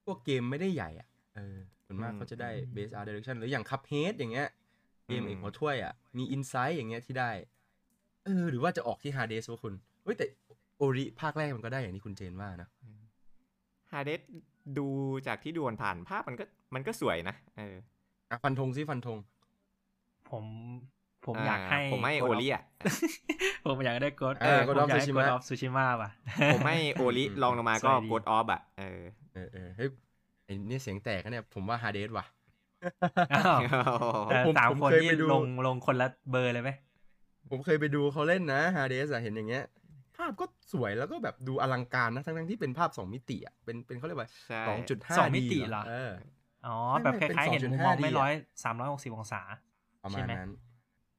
Speaker 1: พวกเกมไม่ได้ใหญ่อ่ะเออส่วนมากเขาจะได้ Base Art Direction หรืออย่าง Cuphead อย่างเงี้ยเกมเอกหัวถ้วยอ่ะ มี Insight อย่างเงี้ยที่ได้ เออ หรือว่าจะออกที่ Hades วะคุณเฮ้ยแต่โอริภาคแรกมันก็ได้อย่างที่คุณเจนว่านะ
Speaker 2: ฮาเดสดูจากที่ดูผ่านๆภาพมันก็มันก็สวยนะเออ
Speaker 1: อ่ะฟันธงซิฟันธง
Speaker 3: ผมผมอยากให้
Speaker 2: ผมให้
Speaker 3: God
Speaker 2: โอ
Speaker 3: of-
Speaker 2: ลิอ่ะ
Speaker 3: (laughs) ผมอยากได้กด
Speaker 1: เออ God
Speaker 3: ผม
Speaker 1: of
Speaker 3: อยากให้
Speaker 1: Tsushima
Speaker 3: กดออฟซูชิมาว่ะ (laughs)
Speaker 2: ผมให้โอ
Speaker 1: (laughs)
Speaker 2: ลิลองลงมาก็
Speaker 3: สวยดี
Speaker 2: โกดออฟอ่ะเออ
Speaker 1: เออเออเฮ้ยไอ้เนี่ยเสียงแตกนะเนี่ยผมว่า Hades ว่ะ (laughs)
Speaker 3: อ้าวแต่
Speaker 1: ผม
Speaker 3: สาม
Speaker 1: ผม
Speaker 3: คน
Speaker 1: เคย
Speaker 3: นี่
Speaker 1: ไปดู
Speaker 3: ลงลงคนละเบอร์เลยไหม
Speaker 1: ผมเคยไปดูเขาเล่นนะฮาเดสอะเห็นอย่างเงี้ย ภ าพก็สวยแล้วก็แบบดูอลังการนะทั้งทั้งๆที่เป็นภาพสองมิติอ่ะเป็นเป็นเขาเรียกว่า
Speaker 2: ใช่
Speaker 1: สองจุดห้า
Speaker 3: สองมิติเหรอ
Speaker 1: เออ
Speaker 3: อ๋อ
Speaker 1: ไม่
Speaker 3: แบบ
Speaker 1: ไม่เป็น
Speaker 3: คล้ายๆเห็นมุมมอง
Speaker 1: 2.5D
Speaker 3: ไม่
Speaker 1: อะ
Speaker 3: ร้อยสามร้อยหกสิบองศา
Speaker 1: ประ
Speaker 3: ใช่
Speaker 1: มาณ
Speaker 3: ไหม
Speaker 1: นั้น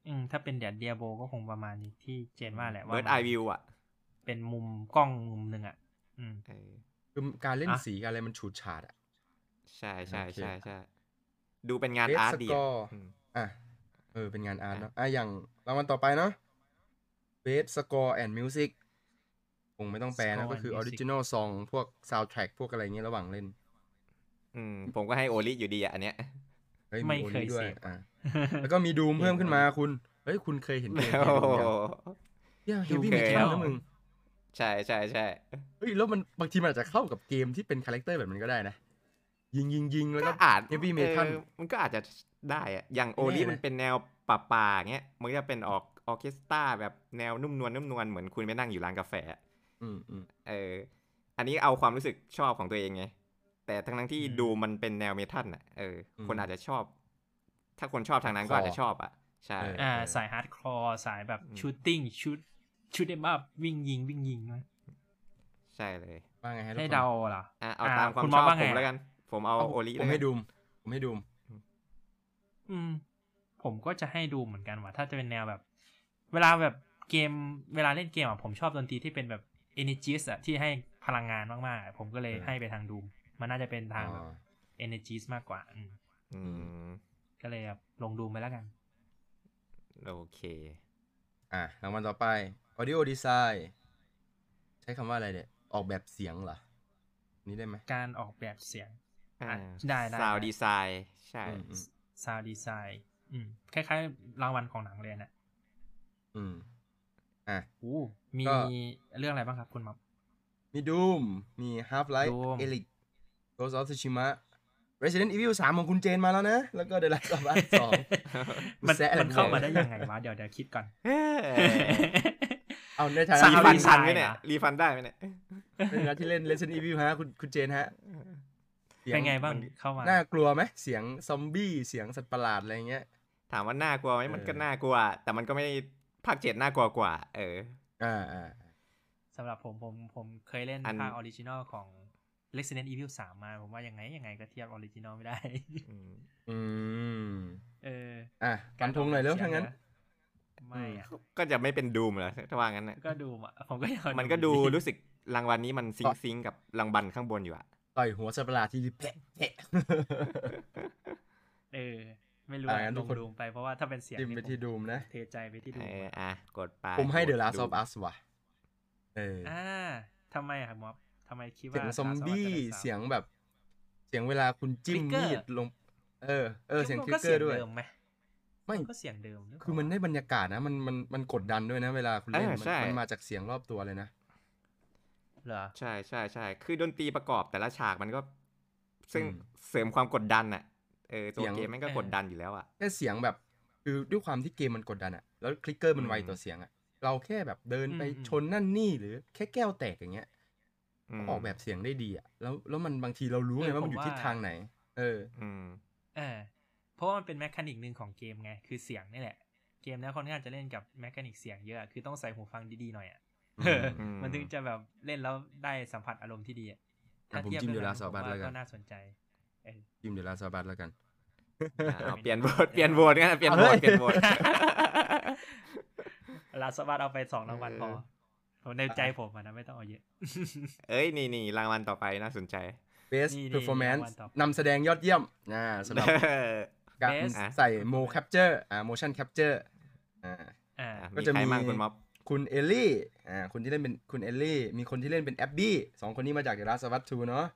Speaker 3: อืมถ้าเป็นเดียเดียโบก็คงประมาณนี้ที่เจนว่าแหละว่า
Speaker 2: เบิร์ดไอวิวอ่ะ
Speaker 3: เป็นมุมกล้องมุมหนึ่งอ่ะ อืม
Speaker 2: เออ
Speaker 1: คือการเล่น
Speaker 3: อ่ะ
Speaker 1: สีการอะไรมันฉูดฉาดอ่ะ
Speaker 2: ใช่ใช่
Speaker 1: โอเค
Speaker 2: ใช่ใช่ดูเป็นงาน
Speaker 1: Red
Speaker 2: อาร์ตดีอะ
Speaker 1: Score
Speaker 2: อืม
Speaker 1: อ่ะเออเป็นงานอาร์ต
Speaker 2: อ่ะ
Speaker 1: เนาะอ่ะอย่างรางวัลต่อไปเนาะ Best Score and Music คงไม่ต้องแปลนะ
Speaker 3: Score
Speaker 1: ก็คือ
Speaker 3: and Music
Speaker 1: Original Song พวก Soundtrack พวกอะไรเงี้ยระหว่างเล่น
Speaker 2: อืมผมก็ให้โอลิอยู่ดีอ่ะอันเนี้ย
Speaker 1: เฮ้ย
Speaker 3: ไม่
Speaker 1: มีโอ
Speaker 3: เคย
Speaker 1: นี่ด้วย
Speaker 3: เสพ
Speaker 1: อ่ะแล้วก็มีดูมเพิ่มขึ้นมาคุณ เฮ้ย คุณเคยเห็นเพลง Doom ยังเฮียเฮฟวี่เมทัล
Speaker 2: เคย
Speaker 1: นะมึง
Speaker 2: ใช่ใช่ใช่
Speaker 1: เฮ้ย แล้วมันบางทีมันอาจจะเข้ากับเกมที่เป็นคาแรคเตอร์แบบนั้นก็ได้นะ ยิงยิงยิงแล้ว
Speaker 2: ก็
Speaker 1: ก็
Speaker 2: อาจ
Speaker 1: Heavy Metal
Speaker 2: ออมันก็อาจจะได้อะอย่างโอ
Speaker 1: ไม่
Speaker 2: ลิ
Speaker 1: แน่นะ
Speaker 2: มันเป็นแนวป่าป่าๆเงี้ยมันก็จะเป็นออกออร์เคสตราแบบแนวนุ่มนวลนุ่มนวลเหมือนคุณไปนั่งอยู่ร้านกาแฟอะ
Speaker 1: อืมอืม
Speaker 2: เออ อันนี้เอาความรู้สึกชอบของตัวเองไง แต่ทั้งทั้งๆที่
Speaker 3: อืม
Speaker 2: ดูมันเป็นแนวเมทัลน่ะ เออ
Speaker 1: อืม
Speaker 2: คนอาจจะชอบ ถ้าคนชอบทางนั้น
Speaker 1: ค
Speaker 2: ก็
Speaker 1: อ
Speaker 2: อาจจะชอบอ่ะ ใช่
Speaker 1: เอ
Speaker 3: อ่าสายฮาร์ดคอร์สายแบบ
Speaker 2: อืม
Speaker 3: ชูตติ้งชุดชุดเอ็มอัพวิ่งยิงวิ่งยิงมั้ย
Speaker 2: ใช่เลย
Speaker 1: ว่าไงฮะทุก
Speaker 3: ให้
Speaker 1: คน
Speaker 3: เดาเหรอ
Speaker 2: อ่ะเอา
Speaker 3: อ่า
Speaker 2: ตามความ
Speaker 3: คุณม
Speaker 2: ช
Speaker 3: อ
Speaker 2: องบ
Speaker 3: ว่า
Speaker 2: ผ
Speaker 3: ไง
Speaker 2: ม
Speaker 3: อะ
Speaker 2: แล้วกัน ผมเอาโอลิ
Speaker 1: ผ
Speaker 2: แล้
Speaker 1: ม
Speaker 2: วกั
Speaker 1: ให้
Speaker 2: น
Speaker 1: ดูมผมให้ดูม
Speaker 3: อืม ผมก็จะให้ดูเหมือนกันว่าถ้าจะเป็นแนวแบบ เวลาแบบเกมเวลาเล่นเกมอ่ะผมชอบดนตรีที่เป็นแบบ energy อ่ะที่ให้พลังงานมากๆอะผมก็เลย
Speaker 1: เออ
Speaker 3: ให้ไปทางดูมมันน่าจะเป็นทางแบบ
Speaker 1: อ๋อ
Speaker 3: energy มากกว่าอืม
Speaker 2: อืม
Speaker 3: ก็เลยแบบลงดูมไปแล้วกัน
Speaker 2: โอเค
Speaker 1: อ่ะรางวัลต่อไป audio design ใช้คำว่าอะไรเนี่ย ออกแบบเสียงเหรอ นี่ได้ไหม
Speaker 3: การออกแบบเสียง
Speaker 2: อ่า
Speaker 3: ได้ได้
Speaker 2: ซาว
Speaker 3: ได้
Speaker 2: ดีไซน์ ใช่
Speaker 1: อืมอืม
Speaker 3: ซาวดีไซน์อืมคล้ายๆรางวัลของหนังเลยนะ
Speaker 1: อืม อ่ะ
Speaker 3: อู้มี
Speaker 1: ก็
Speaker 3: เรื่องอะไรบ้างครับคุณมัม
Speaker 1: มี Doom มี Half Life
Speaker 3: Doom
Speaker 1: Elite Ghost of Tsushima Resident Evil 3 ของคุณเจนมาแล้วนะ แล้วก็ The Last of Us 2
Speaker 3: (laughs) มัน
Speaker 1: แซะอะไร
Speaker 3: มันเข้า
Speaker 1: เนี่ย
Speaker 3: มาได้ยังไงวะเดี๋ยวเดี๋ยวคิดก่อน
Speaker 2: เฮ้
Speaker 1: เอาในฐา
Speaker 3: ส
Speaker 1: นะ
Speaker 2: รี
Speaker 3: ม
Speaker 2: ฟัน
Speaker 1: ที่
Speaker 2: ทัน
Speaker 3: ดีไซน์
Speaker 2: ไหมเนี่ย
Speaker 3: เหรอ
Speaker 2: รีฟันได้ไหมเนี่ย
Speaker 1: ในฐานะที่เล่น Resident Evil ฮะคุณคุณเจนฮะสีย
Speaker 3: (laughs) เป็นไงบ้างเข้ามา
Speaker 1: น่ากลัวไหม เสียงซอมบี้ เสียงสัตว์ประหลาดอะไรเงี้ย
Speaker 2: ถามว่าน่ากลัวไหมมันก็
Speaker 1: เออ
Speaker 2: น่ากลัว แต่มันก็ไม่ภาคเจ็ดน่ากลัวกว่า เออ
Speaker 1: อ่าอ่า
Speaker 3: สำหรับผมผมผมเคยเล่น
Speaker 2: อัน
Speaker 3: ภาคออริจินอลของ Resident Evil 3 มา ผมว่ายังไงยังไงก็เทียบออริจินอลไม่ได้ (laughs)
Speaker 2: อืม
Speaker 1: อืม
Speaker 3: เออ
Speaker 1: อ่ะกันทงหน่อยเร็วทั้างนั้น
Speaker 3: ไม่อะ
Speaker 2: ก็จะไม่เป็นดูมเหรอถ้าว่างั้นน่ะ
Speaker 3: ก็ดูอะผมก็อยาก
Speaker 2: มันก็ดู
Speaker 3: อยู่
Speaker 2: รู้สึกรางวัลนี้มันซิงซิงกับรางวัลข้างบนอยู่อะ
Speaker 1: ต่อยหัวสัตว์ประหลาดที่แผลแผล (laughs)
Speaker 3: เออ ไม่รู้
Speaker 1: อ่ะ
Speaker 3: อะ
Speaker 1: งั้นทุ
Speaker 3: ล
Speaker 1: ก
Speaker 3: ง
Speaker 1: คน
Speaker 3: ดูไปเพราะว่าถ้าเป็นเสียง
Speaker 1: จิ้มไป
Speaker 3: เนี่ย
Speaker 1: ที่ดูมนะ
Speaker 3: เทใจไปที่ดู
Speaker 2: เอออ่ะกดไป
Speaker 1: ผมให้ The
Speaker 2: ก
Speaker 1: Last
Speaker 2: ดู
Speaker 1: of Us ว่ะ เออ
Speaker 3: อ่าทำไมอะครับม็อบทำไมคิด
Speaker 1: เสีย
Speaker 3: ว่า
Speaker 1: ง
Speaker 3: Last
Speaker 1: ซ
Speaker 3: of
Speaker 1: อม
Speaker 3: Us
Speaker 1: บี้
Speaker 3: จะป็นสาว
Speaker 1: เสียงแบบ เสียงเวลาคุณจิ้ม
Speaker 3: Trigger
Speaker 1: มีดลง เออ เออ เสียงท
Speaker 3: มัน
Speaker 1: ริ
Speaker 3: ก็
Speaker 1: กเกอร์ด้วย
Speaker 3: เดิมไหม
Speaker 1: ไม่
Speaker 3: มันก็เสียงเดิมหรืเปล่า
Speaker 1: คือมันได้บรรยากาศนะ มัน มัน มันกดดันด้วยนะ เวลาคุณเล่น
Speaker 2: เออ
Speaker 1: มัน
Speaker 2: ใช่
Speaker 1: มันมาจากเสียงรอบตัวเลยนะ
Speaker 3: เหรอ
Speaker 2: ใช่ใช่ใช่คือดนตรีประกอบแต่ละฉากมันก็ ซึ่ง
Speaker 1: อืม
Speaker 2: เสริมความกดดันอะเออตัว
Speaker 1: เสียง
Speaker 2: เกมมันก็
Speaker 3: เออ
Speaker 2: กดดันอยู่แล้วอะ
Speaker 1: แค่เสียงแบบ คือด้วยความที่เกมมันกดดันอะแล้วคลิกเกอร์มันไว
Speaker 2: อืม
Speaker 1: ต่อเสียงอะเราแค่แบบเดินไป
Speaker 3: อืม
Speaker 1: ชนนั่นนี่หรือแค่แก้วแตกอย่างเงี้ย
Speaker 2: ม
Speaker 1: ออกแบบเสียงได้ดีอะแล้ว แล้วมันบางทีเรารู้ไงว่ามันอยู่ทิศทางไหน เออ
Speaker 2: อืม
Speaker 3: เออเพราะว่ามันเป็นแมคานิกหนึ่งของเกมไง คือเสียงนี่แหละ เกมเนี้ยค่อนข้างจะเล่นกับแมคานิกเสียงเยอะอะคือต้องใส่หูฟังดีๆหน่อยอ่ะ
Speaker 1: อืม
Speaker 3: เออมันถึงจะแบบเล่นแล้วได้สัมผัสอารมณ์ที่ดีอะ
Speaker 1: อ่ะผมจิ้ม
Speaker 3: เรื่
Speaker 1: เวลาส
Speaker 3: ผ
Speaker 1: อง
Speaker 3: ม
Speaker 1: บาทแล้วกัน
Speaker 3: ก็น่าสนใจ
Speaker 1: จิ้มเดลาซาบัตแล้วกัน
Speaker 2: อ่ะเอาเปลี่ยนโหวตเปลี่ยนโหวตงั้นเปลี่ยนโหวตเปลี่ยนโหวต
Speaker 3: ลาสวัสดเอาไปสองรางวัลพอ
Speaker 2: เออ
Speaker 3: ผมในใจผมอะนะไม่ต้องเอาเยอะ
Speaker 2: เอ้ยนี่นี่รางวัลต่อไปน่าสนใจ
Speaker 1: Best
Speaker 3: นี่นี่
Speaker 1: Performance
Speaker 3: รางวัลต่อไป
Speaker 1: นำแสดงยอดเยี่ยมอ่าสำหรับ การ
Speaker 3: Best
Speaker 1: ใส่ Mo Capture อ่า Motion Capture อ่า
Speaker 3: อ่า
Speaker 2: อ่ะ
Speaker 1: ก็จะ
Speaker 2: มี
Speaker 1: มี
Speaker 2: ใครบ้างคุณม็อบ
Speaker 1: คุณเอลลี่อ่าคนที่เล่นเป็นคุณเอลลี่ มีคนที่เล่นเป็นแอบบี้สองคนนี้มาจากเดลัสวัตทูเนาะ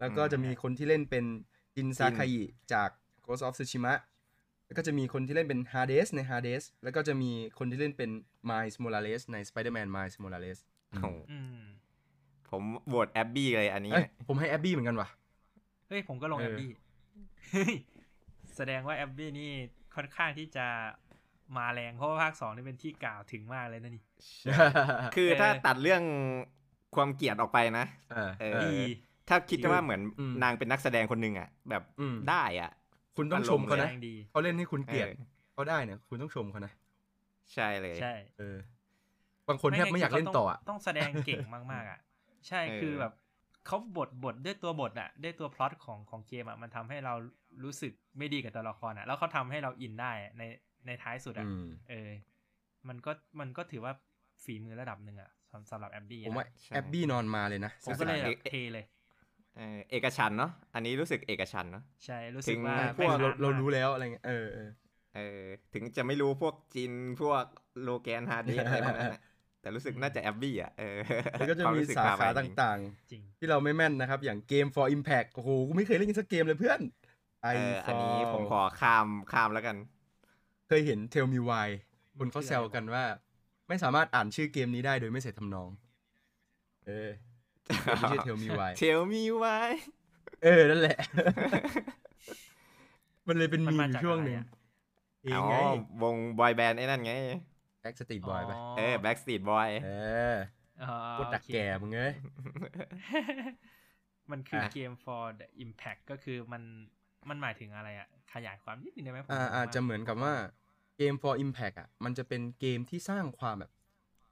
Speaker 1: แล้วก็จะมีคนที่เล่นเป็นจินซาคายิจาก Ghost of Tsushima แล้วก็จะมีคนที่เล่นเป็น Hades ใน Hades แล้วก็จะมีคนที่เล่นเป็น Miles Morales ใน Spider-Man Miles Morales
Speaker 2: โอ้โห
Speaker 3: อืม
Speaker 2: ผมโหวตแอบบี้เลยอันนี้
Speaker 1: เอ้ยผมให้แอบบี้เหมือนกันว่ะ
Speaker 3: เฮ้ยผมก็ลง
Speaker 1: เอ
Speaker 3: แอ
Speaker 1: อ
Speaker 3: บบี้เฮ้ยแสดงว่าแอบบี้นี่ค่อนข้างที่จะมาแรงเพราะว่าภาคสองนี่เป็นที่กล่าวถึงมากเลยนะนี่
Speaker 1: (laughs)
Speaker 2: คือ
Speaker 3: เออ
Speaker 2: ถ้าตัดเรื่องความเกลียดออกไปนะ
Speaker 1: เออ
Speaker 2: เอ
Speaker 1: เอ
Speaker 2: อ
Speaker 1: อ
Speaker 3: ดี
Speaker 2: ถ้าคิดว่าเหมือน
Speaker 1: อืม
Speaker 2: นางเป็นนักแสดงคนหนึ่งอ่ะ แบบ
Speaker 1: อืม
Speaker 2: ได้อ่ะ
Speaker 1: คุณต้องชมเขา
Speaker 3: แร
Speaker 1: นะ
Speaker 3: งดี
Speaker 1: เขาเล่นให้คุณเกลียด
Speaker 2: เออ
Speaker 1: เขาได้เนี่ยคุณต้องชมเขานะ
Speaker 2: ใช่เลย
Speaker 3: ใช่
Speaker 1: เออ บางคนแทบไม่อยากเล่นต่ออะ
Speaker 3: ต้งต้องแสดง (laughs) เก่งมากๆอ่ะ ใช่
Speaker 2: เออ
Speaker 3: คือแบบเขาบทบทด้วยตัวบทอ่ะด้วยตัวพล็อตของของเกมอ่ะมันทำให้เรารู้สึกไม่ดีกับตัวละครอ่ะ แล้วเขาทำให้เราอินได้อะในในท้ายสุดอ่ะ
Speaker 1: อืม
Speaker 3: เออ มันก็มันก็ถือว่าฝีมือระดับหนึ่งอ่ะสำสำหรับแอบบี้
Speaker 1: ผมว่า
Speaker 3: นะ
Speaker 2: ใช่
Speaker 1: แอบบี้นอนมาเลยนะ
Speaker 3: ผมก็เลย
Speaker 1: ส
Speaker 3: แบ
Speaker 1: งสาร
Speaker 3: บเทเลย
Speaker 2: เอ่อเอกชันท์เนาะอันนี้รู้สึกเอกชันท์เนาะ
Speaker 3: ใช่รู้สึก
Speaker 2: ถึง
Speaker 3: ว่า
Speaker 2: แม้
Speaker 1: พวก
Speaker 3: ไม่
Speaker 1: เรา
Speaker 3: น
Speaker 1: เรา
Speaker 3: มก
Speaker 1: รู้แล้วอะไรเงี้ยเออเออ
Speaker 2: เออถึงจะไม่รู้พวกจินพวกโลแกนฮาร์ดเด
Speaker 1: (laughs)
Speaker 2: สอะไรพวกนั้นน่ะแต่รู้สึกน่าจะแอบบี้อ่ะเออ
Speaker 1: แล้วก็จะ
Speaker 2: คว
Speaker 1: มี
Speaker 2: รู้สึ
Speaker 1: สา
Speaker 2: ประ
Speaker 1: ขา
Speaker 2: ณ
Speaker 1: ต
Speaker 2: นี้
Speaker 1: ่าง
Speaker 3: จริง
Speaker 1: ๆ ที่เราไม่แม่นนะครับ อย่างเกม for impact โอ้โหกูไม่เคยเล่นสักเกมเลยเพื่อน
Speaker 2: เอ
Speaker 1: I
Speaker 2: ออันนี้
Speaker 1: Fall
Speaker 2: ผมขอข้ามข้ามแล้วกัน
Speaker 1: เคยเห็น tell me why คนเขา
Speaker 3: คืออะไร
Speaker 1: แซวกันว่า ไม่สามารถอ่านชื่อเกมนี้ได้โดยไม่เสร็จทำนอง เออไม่ใช่ tell me
Speaker 2: (laughs)
Speaker 1: why
Speaker 2: Tell me why
Speaker 1: เออ นั่นแหละ (laughs) มันเลยเป็น
Speaker 3: มัน
Speaker 1: มี
Speaker 3: มา
Speaker 1: อ
Speaker 3: จาก
Speaker 1: ยู่ช่วงหนึ่ง
Speaker 3: อะไรอะ
Speaker 1: เอง
Speaker 2: อ๋อ
Speaker 1: (laughs) ไง
Speaker 2: วงบอยแบนด์ไอ้นั่นไง
Speaker 1: Back Street Boy ไป
Speaker 2: เออ Backstreet Boy
Speaker 1: เออ
Speaker 3: อ๋อ
Speaker 1: โคตรดัก
Speaker 3: โอเค
Speaker 1: แก่มึงเอ้ย
Speaker 3: (laughs) มันคืออะ เกม for the impact ก็คือมันมันหมายถึงอะไรอะขยายความนิดนึงได้ไหมผม
Speaker 1: อ่า
Speaker 3: ไม่รู้
Speaker 1: อาจ
Speaker 3: ว่
Speaker 1: จะเหมือนกับว่าเกม for impact อ่ะ มันจะเป็นเกมที่สร้างความแบบ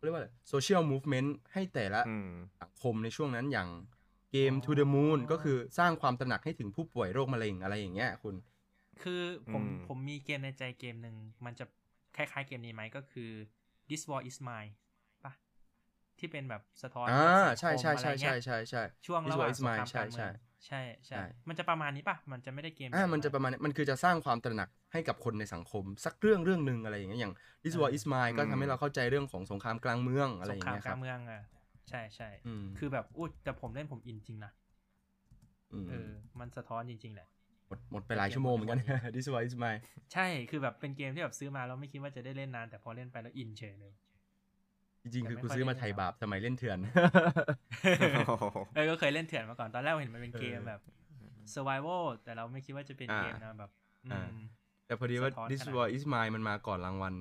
Speaker 1: เรียกว่าอะไร social movement ให้แต่ละ
Speaker 2: อืม
Speaker 1: สังคมในช่วงนั้นอย่างเกม to the moon ก็คือสร้างความตระหนักให้ถึงผู้ป่วยโรคมะเร็งอะไรอย่างเงี้ยคุณ
Speaker 3: คือผม
Speaker 2: อืม
Speaker 3: ผมมีเกมในใจเกมหนึ่งมันจะคล้ายๆเกมนี้ไหมก็คือ this war is mine ปะที่เป็นแบบสะท้อน
Speaker 1: อ่า
Speaker 3: สังคม
Speaker 1: ใช่ใช่ใช่
Speaker 3: อะไรเงี้
Speaker 1: ใช่
Speaker 3: ย
Speaker 1: ใช่ใช่
Speaker 3: ช่วง
Speaker 1: This
Speaker 3: ระหว่าง
Speaker 1: War Is
Speaker 3: สงค
Speaker 1: Mine
Speaker 3: ราม
Speaker 1: ใช่
Speaker 3: การเมื
Speaker 1: ใช่
Speaker 3: องใช่
Speaker 1: ใช่
Speaker 3: ใช่มันจะประมาณนี้ปะมันจะไม่ได้เกม
Speaker 1: อ่า
Speaker 3: แบบ
Speaker 1: มันจะประมาณนี้มันคือจะสร้างความตระหนักให้กับคนในสังคม สักเรื่องเรื่องหนึ่งอะไรอย่างเงี้ยอย่าง This War Is Mine ก็
Speaker 2: อืม
Speaker 1: ทำให้เราเข้าใจเรื่องของสงครามกลางเมืองอะไร
Speaker 3: ส
Speaker 1: องย่าง
Speaker 3: ค
Speaker 1: เงี้ยค
Speaker 3: รามกลา
Speaker 1: รั
Speaker 3: ง
Speaker 1: บ
Speaker 3: เมืองอะใช่ใช่
Speaker 1: อืม
Speaker 3: คือแบบอุ้ยแต่ผมเล่นผมอินจริงนะ
Speaker 1: ม
Speaker 3: เออมันสะท้อนจริงๆแหละ
Speaker 1: หมดหมดไปหลายชั่วโมงเหมือนกัน (laughs) This War Is Mine
Speaker 3: ใช่ คือแบบเป็นเกมที่แบบซื้อมาแล้วไม่คิดว่าจะได้เล่นนาน แต่พอเล่นไปแล้วอินเฉย
Speaker 1: (laughs)
Speaker 3: เลย
Speaker 1: จริงๆคือกูซื้อมาไทยบาปสมัยเล่นเถื่อน
Speaker 3: เออก็เคยเล่นเถื่อนมาก่อน ตอนแรกเห็นมันเป็นเกมแบบ survival แต่เราไม่คิดว่าจะเป็นเกมนะแบบอื
Speaker 1: อ่า
Speaker 3: ม
Speaker 1: แต่พอดีว่า
Speaker 3: สะท้อน
Speaker 1: This
Speaker 3: ขนาด
Speaker 1: War Is Mine มันมาก่อนรางวัล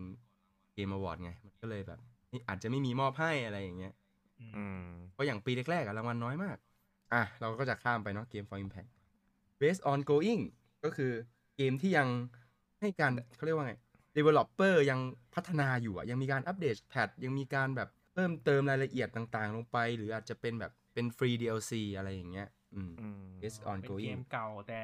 Speaker 1: เกมอวอร์ดไง มันก็เลยแบบนี่อาจจะไม่มีมอบให้อะไรอย่างเงี้ย
Speaker 3: อืม
Speaker 2: อืม
Speaker 1: เพราะอย่างปีแรกๆอะรางวัลน้อยมาก อ่ะ เราก็จะข้ามไปเนาะเกม for impact based on going ก็คือเกมที่ยังให้การเขาเรียกว่าไง developer ยังพัฒนาอยู่อะยังมีการอัปเดตแพทยังมีการแบบเพิ่มเติมรายละเอียดต่างๆ ลงไป หรืออาจจะเป็นแบบเป็น free DLC อะไรอย่างเงี้ยอืม
Speaker 2: อืม
Speaker 1: based
Speaker 3: เป็
Speaker 1: on
Speaker 3: นเกม
Speaker 1: going
Speaker 3: เก่าแต่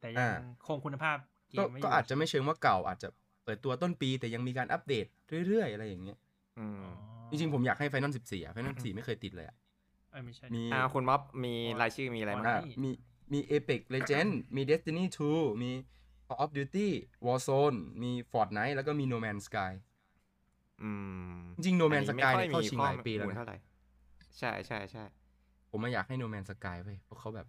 Speaker 3: แต่ยัง
Speaker 1: อ่า
Speaker 3: คงคุณภาพเก
Speaker 1: ก็
Speaker 3: มไม่ยู่
Speaker 1: ก็อาจจะไม่เชิงว่าเก่าอาจจะเปิดตัวต้นปีแต่ยังมีการอัปเดตเรื่อยๆ อะไรอย่างเงี้ย
Speaker 2: อืม
Speaker 3: อ๋อ
Speaker 1: จริงๆ ผมอยากให้ Final 14 อ่ะ Final 14 ไม่เคยติดเลยอ่ะ
Speaker 3: เอ้ยไม่ใช่
Speaker 1: มี
Speaker 2: อ่าคุณม็อบมีรายชื่อมีอะไร
Speaker 3: อ่
Speaker 2: บ้าง
Speaker 1: อ่า
Speaker 2: อ่ะ
Speaker 1: มี มี Apex Legend มี Destiny 2 มี Call of Duty Warzone มี Fortnite แล้วก็มี No Man's Sky
Speaker 2: อืม
Speaker 1: จริงๆ No Man's
Speaker 2: อั
Speaker 1: Sky
Speaker 2: ไม่
Speaker 1: เนี่ย
Speaker 2: ค่
Speaker 1: เข้า
Speaker 2: อ
Speaker 1: ชิงหลายปีแล้ว
Speaker 2: ข้อมูเท่า
Speaker 1: นะ
Speaker 2: ไหร่ใช่ใช่ใช่
Speaker 1: ผมมาอยากให้ No Man's Sky เว้ยเพราะเขาแบบ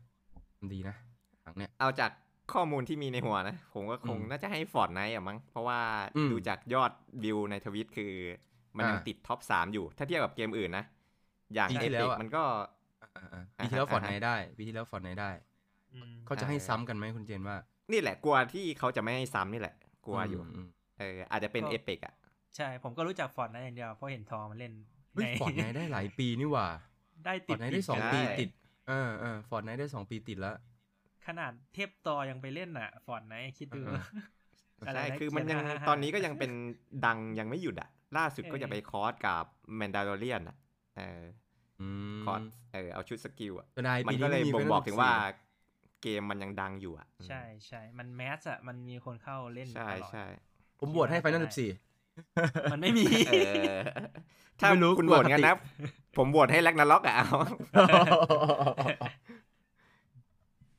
Speaker 1: ทำดีนะหลังเนี่ย
Speaker 2: เอาจากข้อมูลที่มีในหัวนะ ผมก็คง
Speaker 1: อืม
Speaker 2: น่าจะให้ฟอร์ดไนท์อ่ะมั้ง เพราะว่า
Speaker 1: อืม
Speaker 2: ดูจากยอดวิวในทวิตคือ มันยัง
Speaker 1: อ่า
Speaker 2: ติดท็อปสามอยู่ ถ้าเทียบกับเกมอื่นนะ อย่าง
Speaker 1: ปี
Speaker 2: เอ
Speaker 1: ที่แล้ว
Speaker 2: พิก
Speaker 1: อ่ะ
Speaker 2: มันก็
Speaker 1: อ่าๆปีที่แล้ว
Speaker 2: อ่าฮะ
Speaker 1: Fortnite ได้ปีที่แล้ว Fortnite ได้
Speaker 3: อืม
Speaker 1: เขาจะให้ซ้ำกันไหมคุณเจนว่า
Speaker 2: นี่แหละกลัวที่เขาจะไม่ให้ซ้ำนี่แหละ กลัวอยู่
Speaker 1: ม
Speaker 2: เอออาจจะเป็นเอพิกอ่ะ
Speaker 3: ใช่ ผมก็รู้จักฟอร์ดนั้นอย่างเดียว เพราะเห็นทอมันเล่น
Speaker 1: ๆเฮ้ย Fortnite ได้หลายปีนี่หว่า
Speaker 3: ได้ติด
Speaker 1: Fortnite ได้สอง
Speaker 2: ได้
Speaker 1: ปีติดเออเออ Fortnite ได้สองปีติดแล้ว
Speaker 3: ขนาดเทพตอยังไปเล่นอ่ะฟอร์ดไหนคิดดู
Speaker 1: อ่า
Speaker 3: อะไร
Speaker 2: ใช่
Speaker 3: นะ
Speaker 2: คือมันยัง
Speaker 3: เขียน55
Speaker 2: ตอนนี้ก็ยังเป็นดังยังไม่หยุดอ่ะ ล่าสุดก็
Speaker 3: เออ
Speaker 2: จะไปคอร์สกับแมนดาร์เรียนอ่ะ เออ
Speaker 1: อืม
Speaker 2: คอร์สเออเอาชุดสกิลอ่ะ
Speaker 1: ก็ได้
Speaker 2: มัน
Speaker 1: ปี
Speaker 2: ก็
Speaker 1: นี้
Speaker 2: เลย
Speaker 1: ไม่มี
Speaker 2: บ่ง
Speaker 1: Final
Speaker 2: บอกถึงว่า
Speaker 1: 14
Speaker 2: เกมมันยังดังอยู่อ่ะ
Speaker 3: ใช่ใช่ มันแมสอะมันมีคนเข้าเล่น
Speaker 2: ใช่
Speaker 3: ตลอด
Speaker 2: ใช่
Speaker 1: ผมบวชให้ Final
Speaker 3: ได้
Speaker 2: (laughs)
Speaker 1: 14
Speaker 3: มันไม่มี
Speaker 2: เออ ถ้า
Speaker 1: ไม่รู้
Speaker 2: คุณ
Speaker 1: กลั
Speaker 2: โห
Speaker 1: ว
Speaker 2: วต
Speaker 1: ค
Speaker 2: กัน
Speaker 1: ติ
Speaker 2: นะ ผมโหวตให้แล็กนาล็อกอ่ะเอา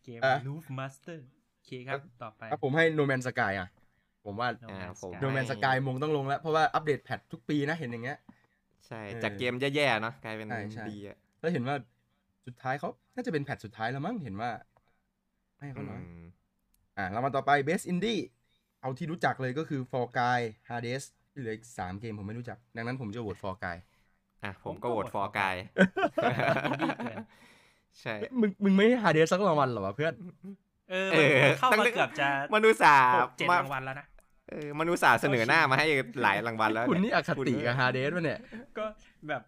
Speaker 3: เกม
Speaker 1: อ่ะ
Speaker 3: Loop Master โอเคครับ ต่อไป
Speaker 1: ครับผมให้ No Man's Sky อ่ะ ผมว่า
Speaker 3: No
Speaker 2: อ่า
Speaker 3: Man's
Speaker 2: ผม
Speaker 3: Sky
Speaker 1: No
Speaker 2: ไม่
Speaker 1: Man's Sky มงต้องลงแล้ว เพราะว่าอัปเดตแพททุกปีนะเห็นอย่างเงี้ย
Speaker 2: ใช่
Speaker 1: เออ
Speaker 2: จากเกมแย่ๆเนาะกลายเป็น
Speaker 1: ใช่ใช่
Speaker 2: ดีอ่ะ
Speaker 1: แล้วเห็นว่าสุดท้ายเขาน่าจะเป็นแพทสุดท้ายแล้วมั้งเห็นว่าให้เขาหน่อย
Speaker 2: อืม
Speaker 1: อ่ะเรามาต่อไป Best Indie เอาที่รู้จักเลยก็คือ For Guy Hades ที่เหลืออีก 3 เกมผมไม่รู้จัก ดังนั้นผมจะโหวต For Guy
Speaker 2: อ่ะผ
Speaker 3: ผม มก็
Speaker 2: ก็โหว
Speaker 3: โห
Speaker 2: ต
Speaker 3: วต
Speaker 2: ฟอร์
Speaker 3: (laughs)
Speaker 2: กาย
Speaker 3: ดีเกิน
Speaker 2: ใช่
Speaker 1: มึงมึงไม่ให้ Hades สักรางวัลเหรอวะเพื่อน
Speaker 3: เออ
Speaker 2: เออ
Speaker 3: เข้ามา
Speaker 2: ตั้ง
Speaker 3: เกือบจะ
Speaker 2: มนุษย์สา
Speaker 3: ห
Speaker 2: บ
Speaker 3: กเจ็
Speaker 2: มาร
Speaker 3: ดางวัลแล้วนะ
Speaker 2: เออมนุษย์สาบเสนอหน้ามาให้หลายรางวัลแล้ว
Speaker 1: คุณนี่อคติ
Speaker 2: คุณ
Speaker 1: กับ Hades วะเนี่ย
Speaker 3: ก็แบบ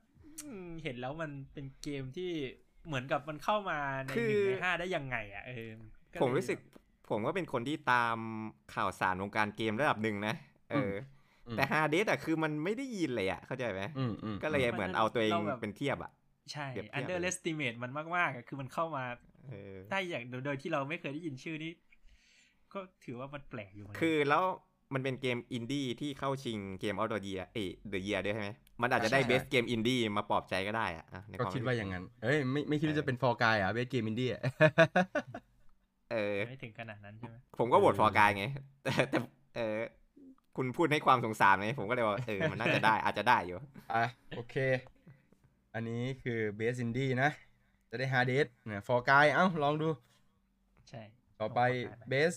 Speaker 3: อืมเห็นแล้วมันเป็นเกมที่เหมือนกับมันเข้ามาใน
Speaker 2: คื
Speaker 3: ห
Speaker 2: อ
Speaker 3: นึ่งในห้าได้ยังไงอ่ะเออเลย
Speaker 2: ผมรู้สึกผมก็เป็นคนที่ตามข่าวสารวงการเกมระดับหนึ่งนะ เอออ
Speaker 1: อืม
Speaker 2: แต่ฮาเดสอะคือมันไม่ได้ยินเลยอะเข้าใจไหม
Speaker 1: อืมอืม
Speaker 2: ก็เลยเหมือนเอาตัวเอง
Speaker 3: เราแบบ
Speaker 2: เป็นเทียบอะ
Speaker 3: ใช่
Speaker 2: เปรียบเทียบ
Speaker 3: underestimate มันมากๆอะคือมันเข้ามา
Speaker 2: เออ
Speaker 3: ได้อย่างโดยโดยที่เราไม่เคยได้ยินชื่อนี้ก็ถือว่ามันแปลกอยู่เหมืนกัน
Speaker 2: คือแล้วมันเป็นเกมอินดี้ที่เข้าชิงเกมออ t เดียเอเดอะเยียด้วยใช่ไหมมันอาจจะได้
Speaker 3: ใช่
Speaker 2: เบสเกมอินดี้มาปลอบใจก็ได้อะอ่ะใน
Speaker 1: ก็
Speaker 2: ม
Speaker 1: คิดว่าอย่างนั้นเอ้ยไม่ไม่คิดว่าจะเป็นฟอร์กายอ่ะเบสเกมอินดี้อ่ะ
Speaker 2: เออ
Speaker 3: ไม่ถึงขนาดนั้นใช่ไหม
Speaker 2: ผมก็โหวต
Speaker 1: เออ
Speaker 2: ฟอร์กายไง แต่แต่เออคุณพูดให้ความสงสารไงผมก็เลยว่าเออมันน่าจะได้ อาจจะได้อยู่
Speaker 1: อ่ะโอเค อันนี้คือเบสอินดี้นะ จะได้ฮาเดสนะฟอร์กายเอ้าลองดู
Speaker 3: ใช่
Speaker 1: ต่อไป
Speaker 3: ขอบคุณครับ
Speaker 1: เบส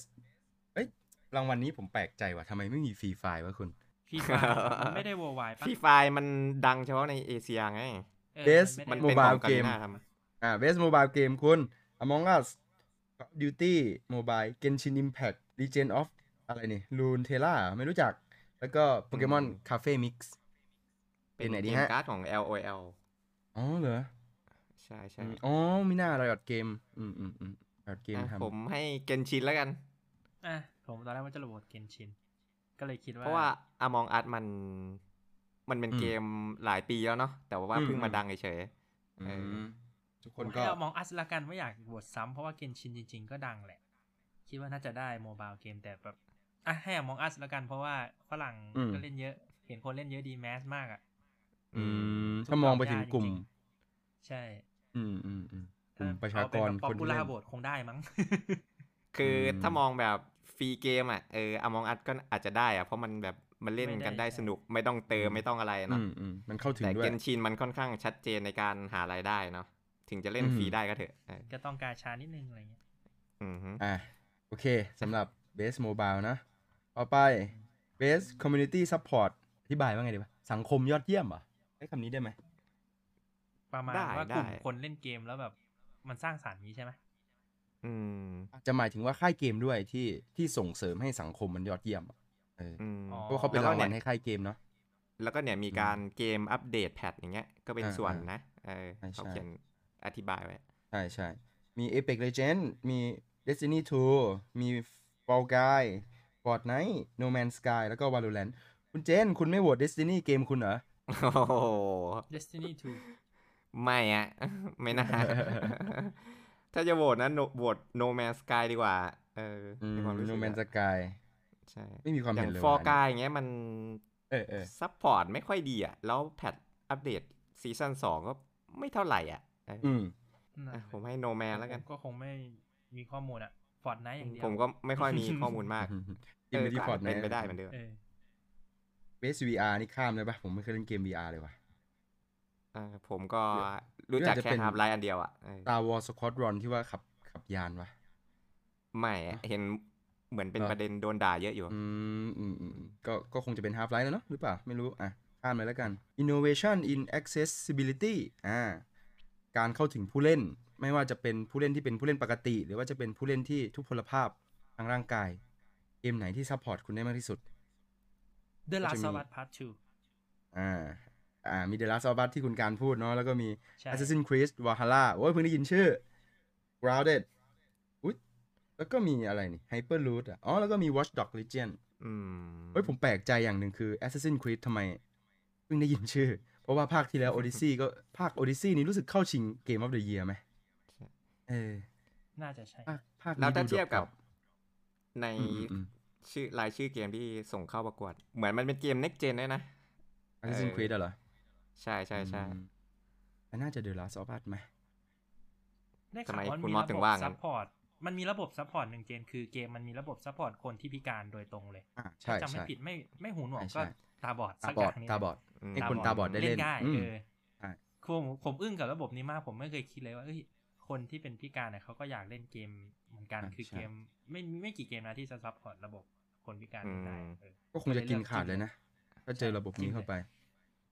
Speaker 1: เอ้ยรางวัลนี้ผมแปลกใจว่ะทำไมไม่มีฟรีไฟล์วะคุณ
Speaker 3: พี่ฟ้ามันไม่ได้ worldwide ปะ
Speaker 2: พี่ไฟล์มันดังเฉพาะในเอเชียไง
Speaker 3: เออ
Speaker 1: Best
Speaker 3: ไได้
Speaker 2: มัน
Speaker 1: โม
Speaker 2: เป็น
Speaker 1: บาย
Speaker 2: ของกา
Speaker 1: เกม
Speaker 2: ลิน่าท
Speaker 1: อ่าเบสโมบายเกมคุณ Among Us Call of Duty Mobile Genshin Impact Legend of อะไรนี่ Runeterra ไม่รู้จัก แล้วก็ Pokemon Cafe Mix
Speaker 2: ำ
Speaker 1: เป็นไหนดี
Speaker 2: เกม
Speaker 1: ฮะ
Speaker 2: การ์ดของ LOL
Speaker 1: อ๋อเหรอ
Speaker 2: ใช่ใช่
Speaker 1: อืมอ๋อมิน่าเรายอดเกม อืมอืมอืมยอดเกม
Speaker 2: อ่ะ
Speaker 1: ทำ
Speaker 2: ผมให้เกนชินแล้วกัน
Speaker 3: อ่ะผมตอนแรกว่าจะโหวตเกนชิน ก็เลยคิดว่า
Speaker 2: เพราะว่า Among Us มัน มันเป็นเกมหลายปีแล้วเนาะแต่ว่าเพิ่งมาดังเฉย
Speaker 1: อืมทุกค
Speaker 3: ผม
Speaker 1: น
Speaker 3: ให้
Speaker 1: ก็
Speaker 3: เอามองอัสละกันไม่อยากโหวตซ้ำเพราะว่าเกนชินจริงๆ ก็ดังแหละ คิดว่าน่าจะได้โมบายเกมแต่แบบอ่ะให้มองอัสละกันเพราะว่าฝรั่งก็เล่นเยอะ เห็นคนเล่นเยอะดีแมสมากอ่ะ
Speaker 2: ๆ
Speaker 1: อื
Speaker 2: อืม
Speaker 1: มถ้ามองไปถึงกลุ่ม
Speaker 3: จริง ใช่
Speaker 1: อืมอืมอืมกลุ่มประชากร
Speaker 3: ป๊อ
Speaker 1: คน
Speaker 3: ปปู
Speaker 1: ที่
Speaker 3: ล่า
Speaker 1: เล่น
Speaker 3: โหวตคงได้มั้ง
Speaker 2: คืออ
Speaker 1: ม
Speaker 2: ถ้ามองแบบฟรีเกมอ่ะเออ Among Us ก็อาจจะได้อ่ะเพราะมันแบบมันเล่น
Speaker 3: ไม่ได้
Speaker 2: กันได้
Speaker 3: ใช่
Speaker 2: สนุกไม่ต้องเติมไม่ต้องอะไร
Speaker 1: อื
Speaker 2: เนาะ
Speaker 1: มอืมมันเข้าถึง
Speaker 2: แต่
Speaker 1: ด้ว
Speaker 2: เก
Speaker 1: ย
Speaker 2: นชินมันค่อนข้างชัดเจนในการหารายได้เนาะถึงจะเล่น
Speaker 1: อืม
Speaker 2: ฟรีได้ก็เถอะเออ
Speaker 3: ก็ต้องการช้านิดนึงอะไรเงี้ย
Speaker 2: อืมฮึ
Speaker 1: อ่ะโอเคสำหรับ Base Mobile นะ ต่อไป Base Community Support อธิบายว่าไงดีวะ สังคมยอดเยี่ยมเหรอใช้คำนี้ได้ไหม
Speaker 3: ประมาณว่ากลุ่มคนเล่นเกมแล้วแบบมันสร้างสรรค์นี้ใช่ไหม
Speaker 2: อืม
Speaker 1: อาจจะหมายถึงว่าค่ายเกมด้วยที่ที่ส่งเสริมให้สังคมมันยอดเยี่ยมอะเออ
Speaker 2: อืม
Speaker 1: เพราะว่าเขาเป็น
Speaker 2: แล้วก็
Speaker 1: รางวัล
Speaker 2: เนี่ย
Speaker 1: ให้ค่ายเกมเนาะ
Speaker 2: แล้วก็เนี่ยมีการเกมอัปเดตแพทอย่างเงี้ยก็เป็น
Speaker 1: อ่า
Speaker 2: ส่วน
Speaker 1: อ่าน
Speaker 2: นะเออ
Speaker 1: ใช่
Speaker 2: เขา
Speaker 1: ใช่
Speaker 2: เขียนอธิบายไว้ (laughs)
Speaker 1: ใช่ใช่ มี Apex Legends มี Destiny 2 มี Fall Guy Fortnite No Man's Sky แล้วก็ Valorant คุณเจน คุณไม่โหวต Destiny เกมคุณเหรอ
Speaker 2: โอ้โห
Speaker 3: เดสตินี2
Speaker 2: ไม่อะ (laughs) ไม่
Speaker 1: (laughs)
Speaker 2: น่า ถ้าจะโหวตนะ no- โหวต No Man's Sky ดีกว่า เออ
Speaker 1: อืม
Speaker 2: ในความรู้สึ
Speaker 1: No
Speaker 2: ก
Speaker 1: Man's
Speaker 2: อะ
Speaker 1: Sky
Speaker 2: ใช่
Speaker 1: ไม่มีความ
Speaker 2: อย่า
Speaker 1: เห็
Speaker 2: ง
Speaker 1: นเลย
Speaker 2: ฟอร์
Speaker 1: ว่ะ
Speaker 2: กายอย่างเงี้ยมัน
Speaker 1: เออเออ
Speaker 2: ซัพพอร์ตไม่ค่อยดีอะแล้วแพทอัปเดตซีซั่นสองก็ไม่เท่าไหร่อะเออ
Speaker 1: อืม
Speaker 2: อ่ะผมให้ No Man แล้วกัน
Speaker 3: ผมก็คงไม่มีข้อมูลอะฟอร์ดไนท์อย่างเดียว
Speaker 2: ผมก็ไม่ค่อย
Speaker 1: (laughs)
Speaker 2: มีข้อมูลมาก
Speaker 1: กินไปที่
Speaker 2: ก็
Speaker 1: พอ
Speaker 2: อา
Speaker 1: ร์ต
Speaker 2: จจะ
Speaker 1: ไหน
Speaker 2: เป็นไปได้เหมือนเดิม
Speaker 3: เออ
Speaker 1: เบส VR นี่ข้ามเลยปะผมไม่เคยเล่นเกม VR เลยว่ะ
Speaker 2: อ่าผมก็รู้จัก
Speaker 1: หรืออาจจะ
Speaker 2: แค่
Speaker 1: เป็น
Speaker 2: ไทำไลน์อันเดียวอ่ะเออ
Speaker 1: Star Wars Squadron ที่ว่าขับขับยานวะ
Speaker 2: ไม่อะเห็นเหมือนเป็น
Speaker 1: เหรอ
Speaker 2: ประเด็นโดนด่าเยอะอยู่
Speaker 1: อืมอืมอืมก็ก็คงจะเป็น Half Life แล้วเนาะหรือเปล่า ไม่รู้ อ่ะ ข้ามเลยแล้วกัน Innovation in Accessibility อ่า การเข้าถึงผู้เล่น ไม่ว่าจะเป็นผู้เล่นที่เป็นผู้เล่นปกติ หรือว่าจะเป็นผู้เล่นที่ทุพพลภาพทางร่างกาย เกมไหนที่ซัพพอร์ตคุณได้มากที่สุด
Speaker 3: เดอะลาส
Speaker 1: ก็จะมี
Speaker 3: วัตพาร์ท
Speaker 1: อ่า อ่า มี The Last of Us ที่คุณการพูดเนาะแล้วก็มี
Speaker 3: 2ใช่
Speaker 1: Assassin's Creed Valhalla โอ้ยเพิ่งได้ยินชื่อ Grounded อุ๊ยแล้วก็มีอะไรนี่ Hyperloop อ่ะอ๋อ แล้วก็มี Watch Dogs Legion
Speaker 2: อืม
Speaker 1: เฮ้ยผมแปลกใจอย่างหนึ่งคือ Assassin's Creed ทำไม เพิ่งได้ยินชื่อ เพราะว่าภาคที่แล้ว Odyssey ก็ภาค Odyssey นี้รู้สึกเข้าชิง Game of the Year ไหมเออ
Speaker 3: น่าจะใช่
Speaker 1: ภาคภาคนี้
Speaker 2: แล้วถ้า
Speaker 1: ดู
Speaker 2: เทียบกั
Speaker 1: ดรอ
Speaker 2: บ
Speaker 1: ป
Speaker 2: ใน
Speaker 1: ๆอืมอืมอืม
Speaker 2: ชื่อรายชื่อเกมที่ส่งเข้าประกวด เหมือนมันเป็นเกม next gen ด้วยนะ
Speaker 1: Assassin's
Speaker 2: เออ
Speaker 1: Creed อะเหรอ
Speaker 2: ใช่ใช่ใช่
Speaker 1: อืมแต่น่าจะ The Last of Us ไหม
Speaker 3: ได้
Speaker 2: ทำ
Speaker 3: ข่าว
Speaker 2: ไม
Speaker 3: ว่า
Speaker 2: คุ
Speaker 3: มี
Speaker 2: ณมอสถึ
Speaker 3: ระ
Speaker 2: ง
Speaker 3: บบ
Speaker 2: ว่างั้น
Speaker 3: ซัพพอร์ต มันมีระบบซัพพอร์ตหนึ่งเกมคือเกมมันมีระบบซัพพอร์ตคนที่พิการโดยตรงเลย
Speaker 1: อ่าใช่
Speaker 3: ถ้าจำไม่
Speaker 1: ใช่
Speaker 3: ผิดไม่ไม่หูหนวก
Speaker 1: ใช่
Speaker 3: ก็
Speaker 1: ใช่
Speaker 3: ตาบอด
Speaker 1: ตา
Speaker 3: สัก
Speaker 1: บอย่
Speaker 3: อา
Speaker 1: ด
Speaker 3: งนี้
Speaker 1: ตาบอด
Speaker 2: ม
Speaker 1: ให้คนตาบอดได้เล่น
Speaker 3: เล่นได้
Speaker 1: อืม
Speaker 3: เออ
Speaker 1: ใช่
Speaker 3: คือผมผมอึ้งกับระบบนี้มากผมไม่เคยคิดเลยว่าเอ้ยคนที่เป็นพิการเนี่ยเขาก็อยากเล่นเกมเหมือนกันคือเกมไม่ไม่กี่เกมนะที่จะซัพพอร์ตระบบคนพิการได้เออ
Speaker 1: ก็คงจะกินขาดเลยนะถ้าเจอระบบนี้เข้าไป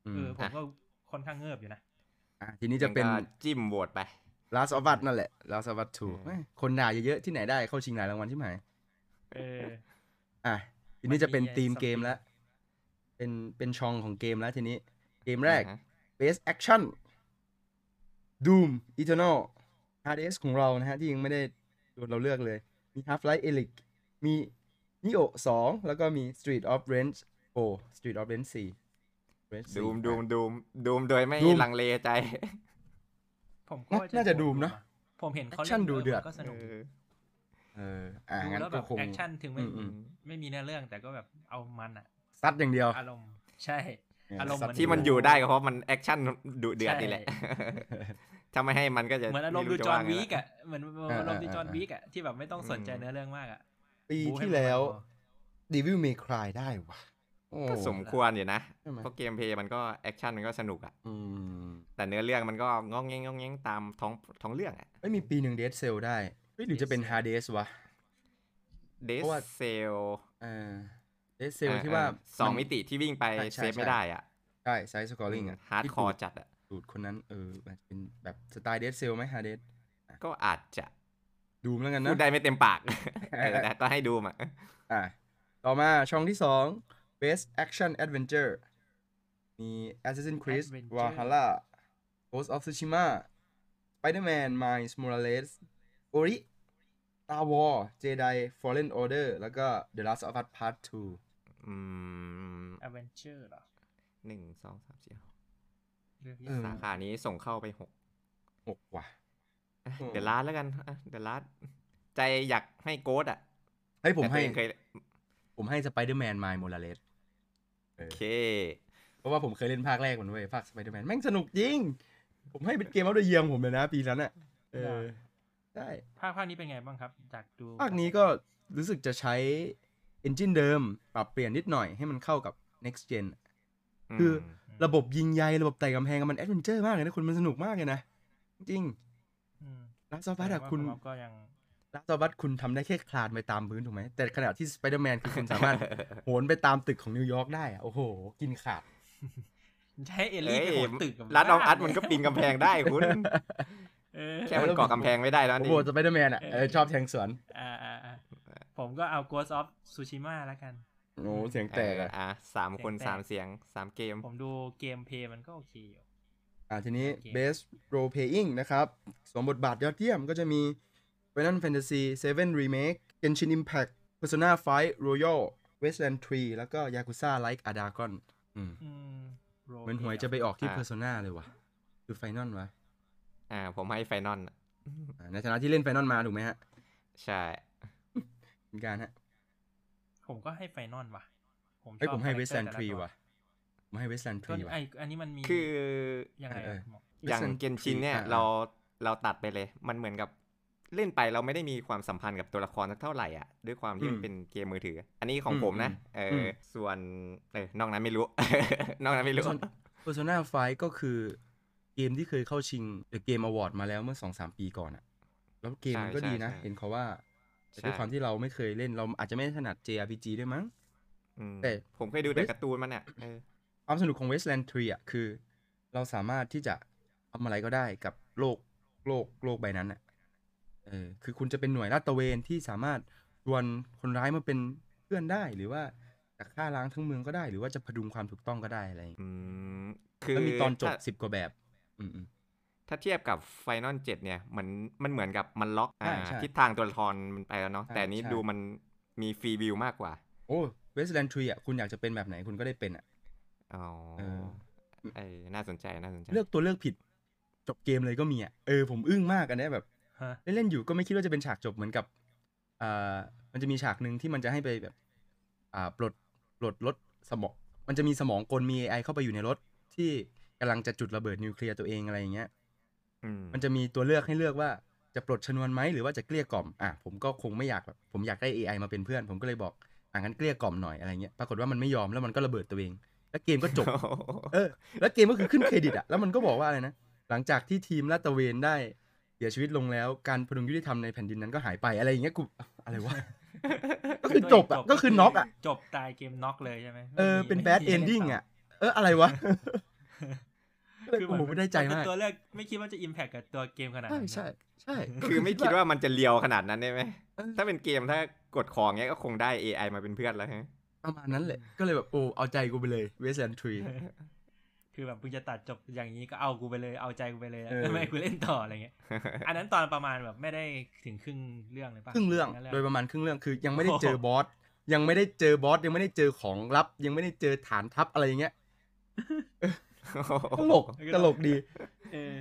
Speaker 1: อืม
Speaker 3: เออผมก็ค่อนข้างเงือบอยู่นะ
Speaker 1: อ่ะทีนี้จะเป็น
Speaker 2: งั้ก็จิ้มโหวตไป
Speaker 1: Last of Us นั่นแหละ Last of Us
Speaker 2: อืม
Speaker 1: 2เอ้ยคนด่าเยอะๆที่ไหนได้เข้าชิงหลายรางวัลใช่ไหม
Speaker 3: เออ
Speaker 1: อ่ะทีนี้จะเป็น
Speaker 3: มันมี
Speaker 1: ทีม
Speaker 3: something
Speaker 1: เกมแล้ว เป็นเป็นช่องของเกมแล้วทีนี้ เกมแรก
Speaker 2: อ่าฮะ
Speaker 1: Best Action Doom Eternal HDS ของเรานะฮะ ที่ยังไม่ได้โดนเราเลือกเลย มี Half-Life Alyx มี Neo 2 แล้วก็มี Street of Rage โอ้ Street of Rage 4 Rage 4
Speaker 2: ดูมดูมดูมดูมโดยไม่
Speaker 1: ดูม
Speaker 2: ลังเลใจ
Speaker 3: ผมก็
Speaker 1: น่าน่าจะดูมเนอะ
Speaker 3: ผมเห็นเขา
Speaker 1: แอคชั่นดูเดือด
Speaker 3: ก็สนุก
Speaker 2: เออ
Speaker 1: เอออ่ะ
Speaker 3: ดู
Speaker 1: งั้น
Speaker 3: แล้ว
Speaker 1: ก็
Speaker 3: แบบ
Speaker 1: คง
Speaker 3: แอคชั่นถึงไม่
Speaker 1: อืมอื
Speaker 2: อืม
Speaker 3: ไม่มีเนื้อเรื่องแต่ก็แบบเอามันอะ
Speaker 1: ซัดอย่างเดียว
Speaker 3: อารมณ์ใช่ อารมณ์
Speaker 1: ซัด
Speaker 3: เหมื
Speaker 2: ที่มันอยู่ได้ก็เพราะมันแอคชั่นดุเดือดนี่แหละ
Speaker 1: (laughs)
Speaker 3: ใช่
Speaker 2: ถ้าไม่ให้มันก็จะ
Speaker 3: เหมือนอารมณ์ดู
Speaker 2: ไจะ
Speaker 3: จอห์น
Speaker 2: ว่าไง
Speaker 3: วี
Speaker 2: ละ
Speaker 3: กอะเหมือนเหมือนอารมณ์ดูจอห์นวีกอะที่แบบไม่ต้องสนใจ
Speaker 2: อืม
Speaker 3: เนื้อเรื่องมากอะ
Speaker 1: ปี
Speaker 3: บู๊ให้
Speaker 1: ที่
Speaker 3: มัน
Speaker 1: แล้ว
Speaker 3: พอ
Speaker 1: Devil May Cry ได้ว่ะโอ้
Speaker 2: ก็สมควรอยู่นะ
Speaker 1: ใช่ไหม
Speaker 2: เพราะเกมเพลย์มันก็แอคชั่นมันก็สนุกอะ
Speaker 1: อืม
Speaker 2: แต่เนื้อเรื่องมันก็งองแงงงองแงงตามท้องท้องเรื่องอะ
Speaker 1: ไม่มีปีหนึ่ง Dead Cell ได้เฮ้ยหรือจะเป็น Hard Days วะ
Speaker 2: เด
Speaker 1: เพ
Speaker 2: ซ
Speaker 1: ราะว่า
Speaker 2: เซล
Speaker 1: เออ Dead Cell ที่ว่า
Speaker 2: สอง
Speaker 1: น
Speaker 2: มิติที่วิ่งไป
Speaker 1: ใช่ใช่
Speaker 2: เซฟ
Speaker 1: ใช่
Speaker 2: ไม่ได้อ่ะ
Speaker 1: ใช่ Side Scoring อ่ะ
Speaker 2: ฮาร์ด
Speaker 1: ที่
Speaker 2: คอร์จัดอะ
Speaker 1: ดูดคนนั้นเอออาจจะเป็นแบบสไตล์ Dead Cell ไหม Hard Days
Speaker 2: ก็อาจจะ
Speaker 1: ดูมแล้วกัน
Speaker 2: พู
Speaker 1: นะ
Speaker 2: ดได้ไม่เต็มปากแต่แต่ก็ให้ดูมา
Speaker 1: อ่ะต่อมาช่องที่สอง Best Action Adventure มี Assassin's Creed
Speaker 3: Adventure
Speaker 1: Valhalla Ghost of Tsushima Spider-Man Miles Morales Ori Star Wars Jedi Fallen Order แล้วก็ The Last of Us Part
Speaker 2: อืม
Speaker 3: อเวนเจอร์เหรอ
Speaker 2: หนึ่งสองสามสี่ห้า
Speaker 3: เรื่องที่
Speaker 1: 2 เออ
Speaker 2: สาขานี้ส่งเข้าไปหก
Speaker 1: หกว่ะ
Speaker 2: อ่ะ
Speaker 1: อืม
Speaker 2: เดี๋ยวลาดแล้วกันอ่ะเดี๋ยวลาดใจอยากให้โกดอะ
Speaker 1: เฮ้ยผม
Speaker 2: แต่ตัว
Speaker 1: ให้
Speaker 2: เองเคย
Speaker 1: ผมให้ Spider-Man Miles Morales
Speaker 2: โอเค
Speaker 1: เพราะว่าผมเคยเล่นภาคแรกมันเว้ยภาค Spider-Man แม่งสนุกจริง ผมให้เป็นเกมเอาเดเยียมผมเลยนะ ปีนั้นอ่ะเออได้
Speaker 3: ภาคภาคนี้เป็นไงบ้างครับจากดู
Speaker 1: ภาคนี้ก็รู้สึกจะใช้ engine เดิม ปรับเปลี่ยนนิดหน่อยให้มันเข้ากับ next gen คือ ระบบยิงใยระบบไต่กำแพงอะมันแอดเวนเจอร์มากเลยนะคุณมันสนุกมากเลยนะ จริง
Speaker 3: อืม
Speaker 1: ลาซอบัต
Speaker 3: แต่
Speaker 1: อะ
Speaker 3: ว่า
Speaker 1: คุณ
Speaker 3: ณอ๊อฟก็ยัง (laughs)
Speaker 1: ลาซอบัตคุณทำได้แค่คลานไปตามพื้นถูกไหม แต่ขณะที่สไปเดอร์แมนคือคุณสามารถ
Speaker 2: (laughs)
Speaker 1: (laughs) โหนไปตามตึกของนิวยอร์กได้อะโอ้โห กินขาด
Speaker 3: ใช้เอลลี่ไป
Speaker 2: เอ้ย
Speaker 3: โหนตึกกับ
Speaker 2: รัดรอง
Speaker 3: บ้า
Speaker 2: อั
Speaker 3: (laughs)
Speaker 2: ดมันก็ปีนกำแพงได้
Speaker 1: (laughs)
Speaker 2: คุณ
Speaker 3: เออ
Speaker 2: แค่มันก่อกำแพงไม่ได้แล้ว
Speaker 1: โอ้
Speaker 2: นี่
Speaker 1: โหสไปเดอร์แมนอะเออชอบแทงสวน
Speaker 3: อ่าอ่าอ่าผมก็เอา Ghost of Tsushima แล้วกัน
Speaker 1: โอ้โหเสียงแต
Speaker 2: เอก อ
Speaker 1: อะ
Speaker 2: อ่ะสามคน
Speaker 3: แตก
Speaker 2: สามเสียงสามเกม
Speaker 3: ผมดูเกมเพย์มันก็โอเคอยู่
Speaker 1: อ่าทีนี้
Speaker 3: โอเค
Speaker 1: best role playing นะครับสวมบทบาทยอดเยี่ยมก็จะมี Final Fantasy 7 Remake Genshin Impact Persona 5 Royal Wasteland 3 แล้วก็ Yakuza Like a Dragon อืม
Speaker 3: อืม Role
Speaker 1: เหมือนหวยจะไปออกที่
Speaker 2: อ่า
Speaker 1: Persona เลยว่ะคือ Final วะ
Speaker 2: อ่า ผมให้ไฟนอล
Speaker 1: อ่าในฐานะที่เล่น Final มาถูกไหมฮะ
Speaker 2: ใช่
Speaker 1: เหมือนกันฮะ
Speaker 3: ผมก็ให้ไฟนอลว่ะ
Speaker 1: ไอ้ยผมให้
Speaker 3: ชอบ character
Speaker 1: Wasteland
Speaker 3: แต่ละตั
Speaker 1: 3
Speaker 3: ว
Speaker 1: ว่ะผมให้ Wasteland
Speaker 3: ก็
Speaker 1: 3ว่ะ
Speaker 3: ไออันนี้มันมี
Speaker 2: คือ
Speaker 3: ยังไง
Speaker 1: เออ
Speaker 3: อะหมอ
Speaker 2: อย่าง
Speaker 1: Wasteland
Speaker 2: เกนชิน
Speaker 1: 3
Speaker 2: เนี่ย
Speaker 1: อ่ะ
Speaker 2: เราเราตัดไปเลย มันเหมือนกับเล่นไปเราไม่ได้มีความสัมพันธ์กับตัวละครสักเท่าไหร่อ่ะด้วยความที่
Speaker 1: อืม
Speaker 2: มันเป็นเกมมือถือ อันนี้ของ
Speaker 1: อืม
Speaker 2: ผมนะเอออ
Speaker 1: ม
Speaker 2: ส่วนเออนอกนั้นไม่ (laughs) รู้ นอกนั้นไม่รู้
Speaker 1: ส่วน Persona 5 ก็คือเกมที่เคยเข้าชิงเกมอวอร์ดมาแล้วเมื่อ 2-3 ปีก่อนอะแล้วเกมมันก็
Speaker 2: ใช่
Speaker 1: ดีนะ
Speaker 2: ใช่
Speaker 1: เห็นเขาว่า แต่
Speaker 2: ใช่
Speaker 1: ด้วยความที่เราไม่เคยเล่นเราอาจจะไม่ถนัด JRPG ด้วยมั้ง
Speaker 2: อืม
Speaker 1: แต่
Speaker 2: ผมเคยดูแต่การ์ตูนมันเนี่ยเออ
Speaker 1: ความสนุกของ Wasteland 3 อ่ะ คือ เราสามารถที่จะทำอะไรก็ได้กับโลกโลกโลกใบนั้นอ่ะเออคือคุณจะเป็นหน่วยลาดตระเวนที่สามารถชวนคนร้ายมาเป็นเพื่อนได้ หรือว่าจะฆ่าล้างทั้งเมืองก็ได้ หรือว่าจะพดุงความถูกต้องก็ได้อะไรอย่างเงี้ย
Speaker 2: อืมคือ
Speaker 1: แล้วมีตอนจบ
Speaker 2: ถ้า
Speaker 1: สิบกว่าแบบ อืม
Speaker 2: ถ้าเทียบกับไฟนอลเจ็ดเนี่ยเหมือนมันเหมือนกับมันล็อก
Speaker 1: ใช่
Speaker 2: อ่า
Speaker 1: ใช่
Speaker 2: ทิศทางตัวละครมันไปแล้วเนาะ
Speaker 1: ใช่
Speaker 2: แต่อันนี้
Speaker 1: ใช่
Speaker 2: ดูมันมีฟรีวิวมากกว่า
Speaker 1: ๆโอ้ Wasteland 3 อ่ะ คุณอยากจะเป็นแบบไหนคุณก็ได้เป็นอ่ะ
Speaker 2: อ๋อ
Speaker 1: เออ
Speaker 2: ไอ้น่าสนใจน่าสนใจ
Speaker 1: เลือกตัวเลือกผิดจบเกมเลยก็มีอ่ะเออผมอึ้งมากอันเนี้ยแบบ
Speaker 3: ฮะ
Speaker 1: เล่นๆอยู่ก็ไม่คิดว่าจะเป็นฉากจบเหมือนกับอ่ามันจะมีฉากหนึ่งที่มันจะให้ไปแบบอ่าปลดปลดรถสมอง มันจะมีสมองกลมี AI เข้าไปอยู่ในรถ ที่กำลังจะจุดระเบิดนิวเคลียร์ตัวเองอะไรอย่างเงี้ย
Speaker 2: อืม
Speaker 1: มันจะมีตัวเลือกให้เลือกว่าจะปลดชนวนไหมหรือว่าจะเกลี้ยกล่อม อ่ะผมก็คงไม่อยากแบบผมอยากได้ AI มาเป็นเพื่อน ผมก็เลยบอกอ่ะงั้นเกลี้ยกล่อมหน่อยอะไรเงี้ย ปรากฏว่ามันไม่ยอมแล้วมันก็ระเบิดตัวเอง แล้วเกมก็จบ
Speaker 2: โอ้โห
Speaker 1: เออแล้วเกมก็คือขึ้นเครดิตอะแล้วมันก็บอกว่าอะไรนะ หลังจากที่ทีมลาดตระเวนได้เสียชีวิตลงแล้วการพดุงยุติธรรมในแผ่นดินนั้นก็หายไปอะไรอย่างเงี้ยกูอะไร
Speaker 3: (laughs)
Speaker 1: วะ ก็คือจบอะก็คือน็อกอะ
Speaker 3: จบตายเกมน็อกเลยใช่ไหม
Speaker 1: เออ
Speaker 3: ไม่มี
Speaker 1: เป็นแบด
Speaker 3: ไม่มี
Speaker 1: เอนดิ้งอะเอออะไร
Speaker 3: (laughs)
Speaker 1: วะ ก็เลย
Speaker 3: คือ
Speaker 1: โอ้โห
Speaker 3: เน
Speaker 1: ไม่ได้ใจ
Speaker 3: นเป็น
Speaker 1: มาก
Speaker 3: ตัวเลือกไม่คิดว่าจะอิมแพคกับตัวเกมขนาด
Speaker 1: ใช่
Speaker 3: นั้นนะ
Speaker 1: ใช่ใช่
Speaker 2: คือไม่คิดว่ามันจะเลียวขนาดนั้นได้ไหม
Speaker 1: เออ
Speaker 2: ถ้าเป็นเกมถ้ากดของเงี้ยก็คงได้ AI มาเป็นเพื่อนแล้วฮะ
Speaker 1: ประมาณนั้นแหละก็เลยแบบโอ้เอาใจกูไปเลยเวสแลนทรี
Speaker 3: คือแบบมึงจะตัดจบอย่างนี้ก็เอากูไปเลยเอาใจกูไปเลย
Speaker 1: เออ
Speaker 3: ทำไมกูเล่นต่ออะไร
Speaker 1: (laughs)
Speaker 3: เงี้ย อันนั้นตอนประมาณแบบไม่ได้ถึงครึ่งเรื่องเลยป่ะ
Speaker 1: ครึ่งเรื่อง
Speaker 3: นั้นแหละ
Speaker 1: โดยประมาณครึ่งเรื่องคือยังไม่ได้เจอบอส ยังไม่ได้เจอบอสยังไม่ได้เจอของลับ ยังไม่ได้เจอฐานทัพอะไรอย่างเงี้ยตลกตลกดี
Speaker 3: เออ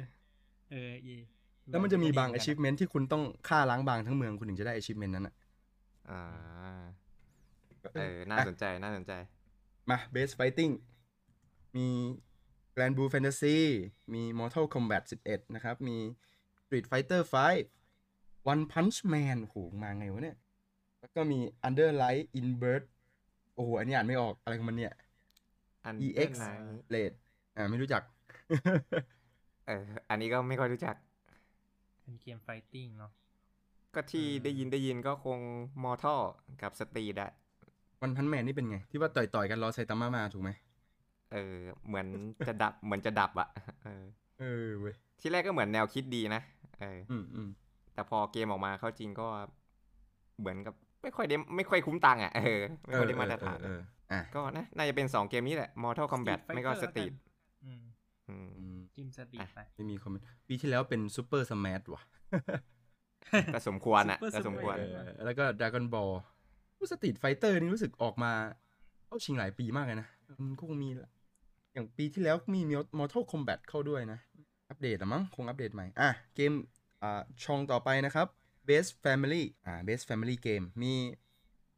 Speaker 3: เออเออ
Speaker 1: แล้วมันจะมีบาง
Speaker 3: ก็ดีเหอกั
Speaker 1: achievement ที่คุณต้องฆ่าล้างบางทั้งเมืองคุณถึงจะได้ achievement นั้นอ่ะ
Speaker 2: อ่าเออ น่าสนใจ น่าสนใจ
Speaker 1: มา Base Fighting มี Grand Blue Fantasy มี Mortal Kombat 11 นะครับ มี Street Fighter 5 One Punch Man โหมาไงวะเนี่ย แล้วก็มี Underlight Inbird โอ้โห อันนี้อ่านไม่ออกอะไรของมันเนี่ย
Speaker 2: อัน
Speaker 1: EX
Speaker 2: ไหน
Speaker 1: Blade อ่า ไม่รู้จัก (laughs)
Speaker 2: เออ อันนี้ก็ไม่ค่อยรู้จัก
Speaker 3: เป็นเกมไฟติ้งเนาะ
Speaker 2: ก็ที่
Speaker 3: อืม
Speaker 2: ได้ยินได้ยินก็คงมอท่อกับสตรีดอะ
Speaker 1: One Punch Man นี่เป็นไง ที่ว่าต่อยๆกันรอไซตามะมาถูกไหม
Speaker 2: เออ เหมือนจะดับ (laughs) เหมือนจะดับอะเออ
Speaker 1: เออเว้ย
Speaker 2: ที่แรกก็เหมือนแนวคิดดีนะ เออ
Speaker 1: อืมอืม
Speaker 2: แต่พอเกมออกมาเข้าจริงก็เหมือนกับไม่ค่อยได้ไม่ค่อยคุ้มตังค์อะเออ ไม่ค่อยได้มาตรฐาน
Speaker 1: เออเออเอออ่ะ
Speaker 2: ก็นะ น่าจะเป็น 2 เกมนี้แหละ Mortal Kombat
Speaker 3: Street
Speaker 2: ไม่ก็
Speaker 3: Fighter
Speaker 2: สตรีท
Speaker 3: แล้วกันอืม
Speaker 2: อื (laughs) ม
Speaker 1: อืม
Speaker 3: จิ้มสตรีทไป
Speaker 1: ไม่มีคอมเมนต์ ปีที่แล้วเป็น Super Smash ว่ะ
Speaker 2: ก็สมควรอ่ะ
Speaker 3: Super
Speaker 2: ก็สมควร
Speaker 1: เอ
Speaker 3: Smash
Speaker 1: อแล้วก็ Dragon Ball ผู้สตรีทไฟเตอร์นี่รู้สึกออกมาเข้าชิงหลายปีมากเลยนะมันก็คงมี อย่างปีที่แล้วมี Mortal Kombat เข้าด้วยนะ อัปเดตอะมั้ง คงอัปเดตใหม่ อ่ะ เกม อ่าช่องต่อไปนะครับ Best Family อ่า Best Family Game มี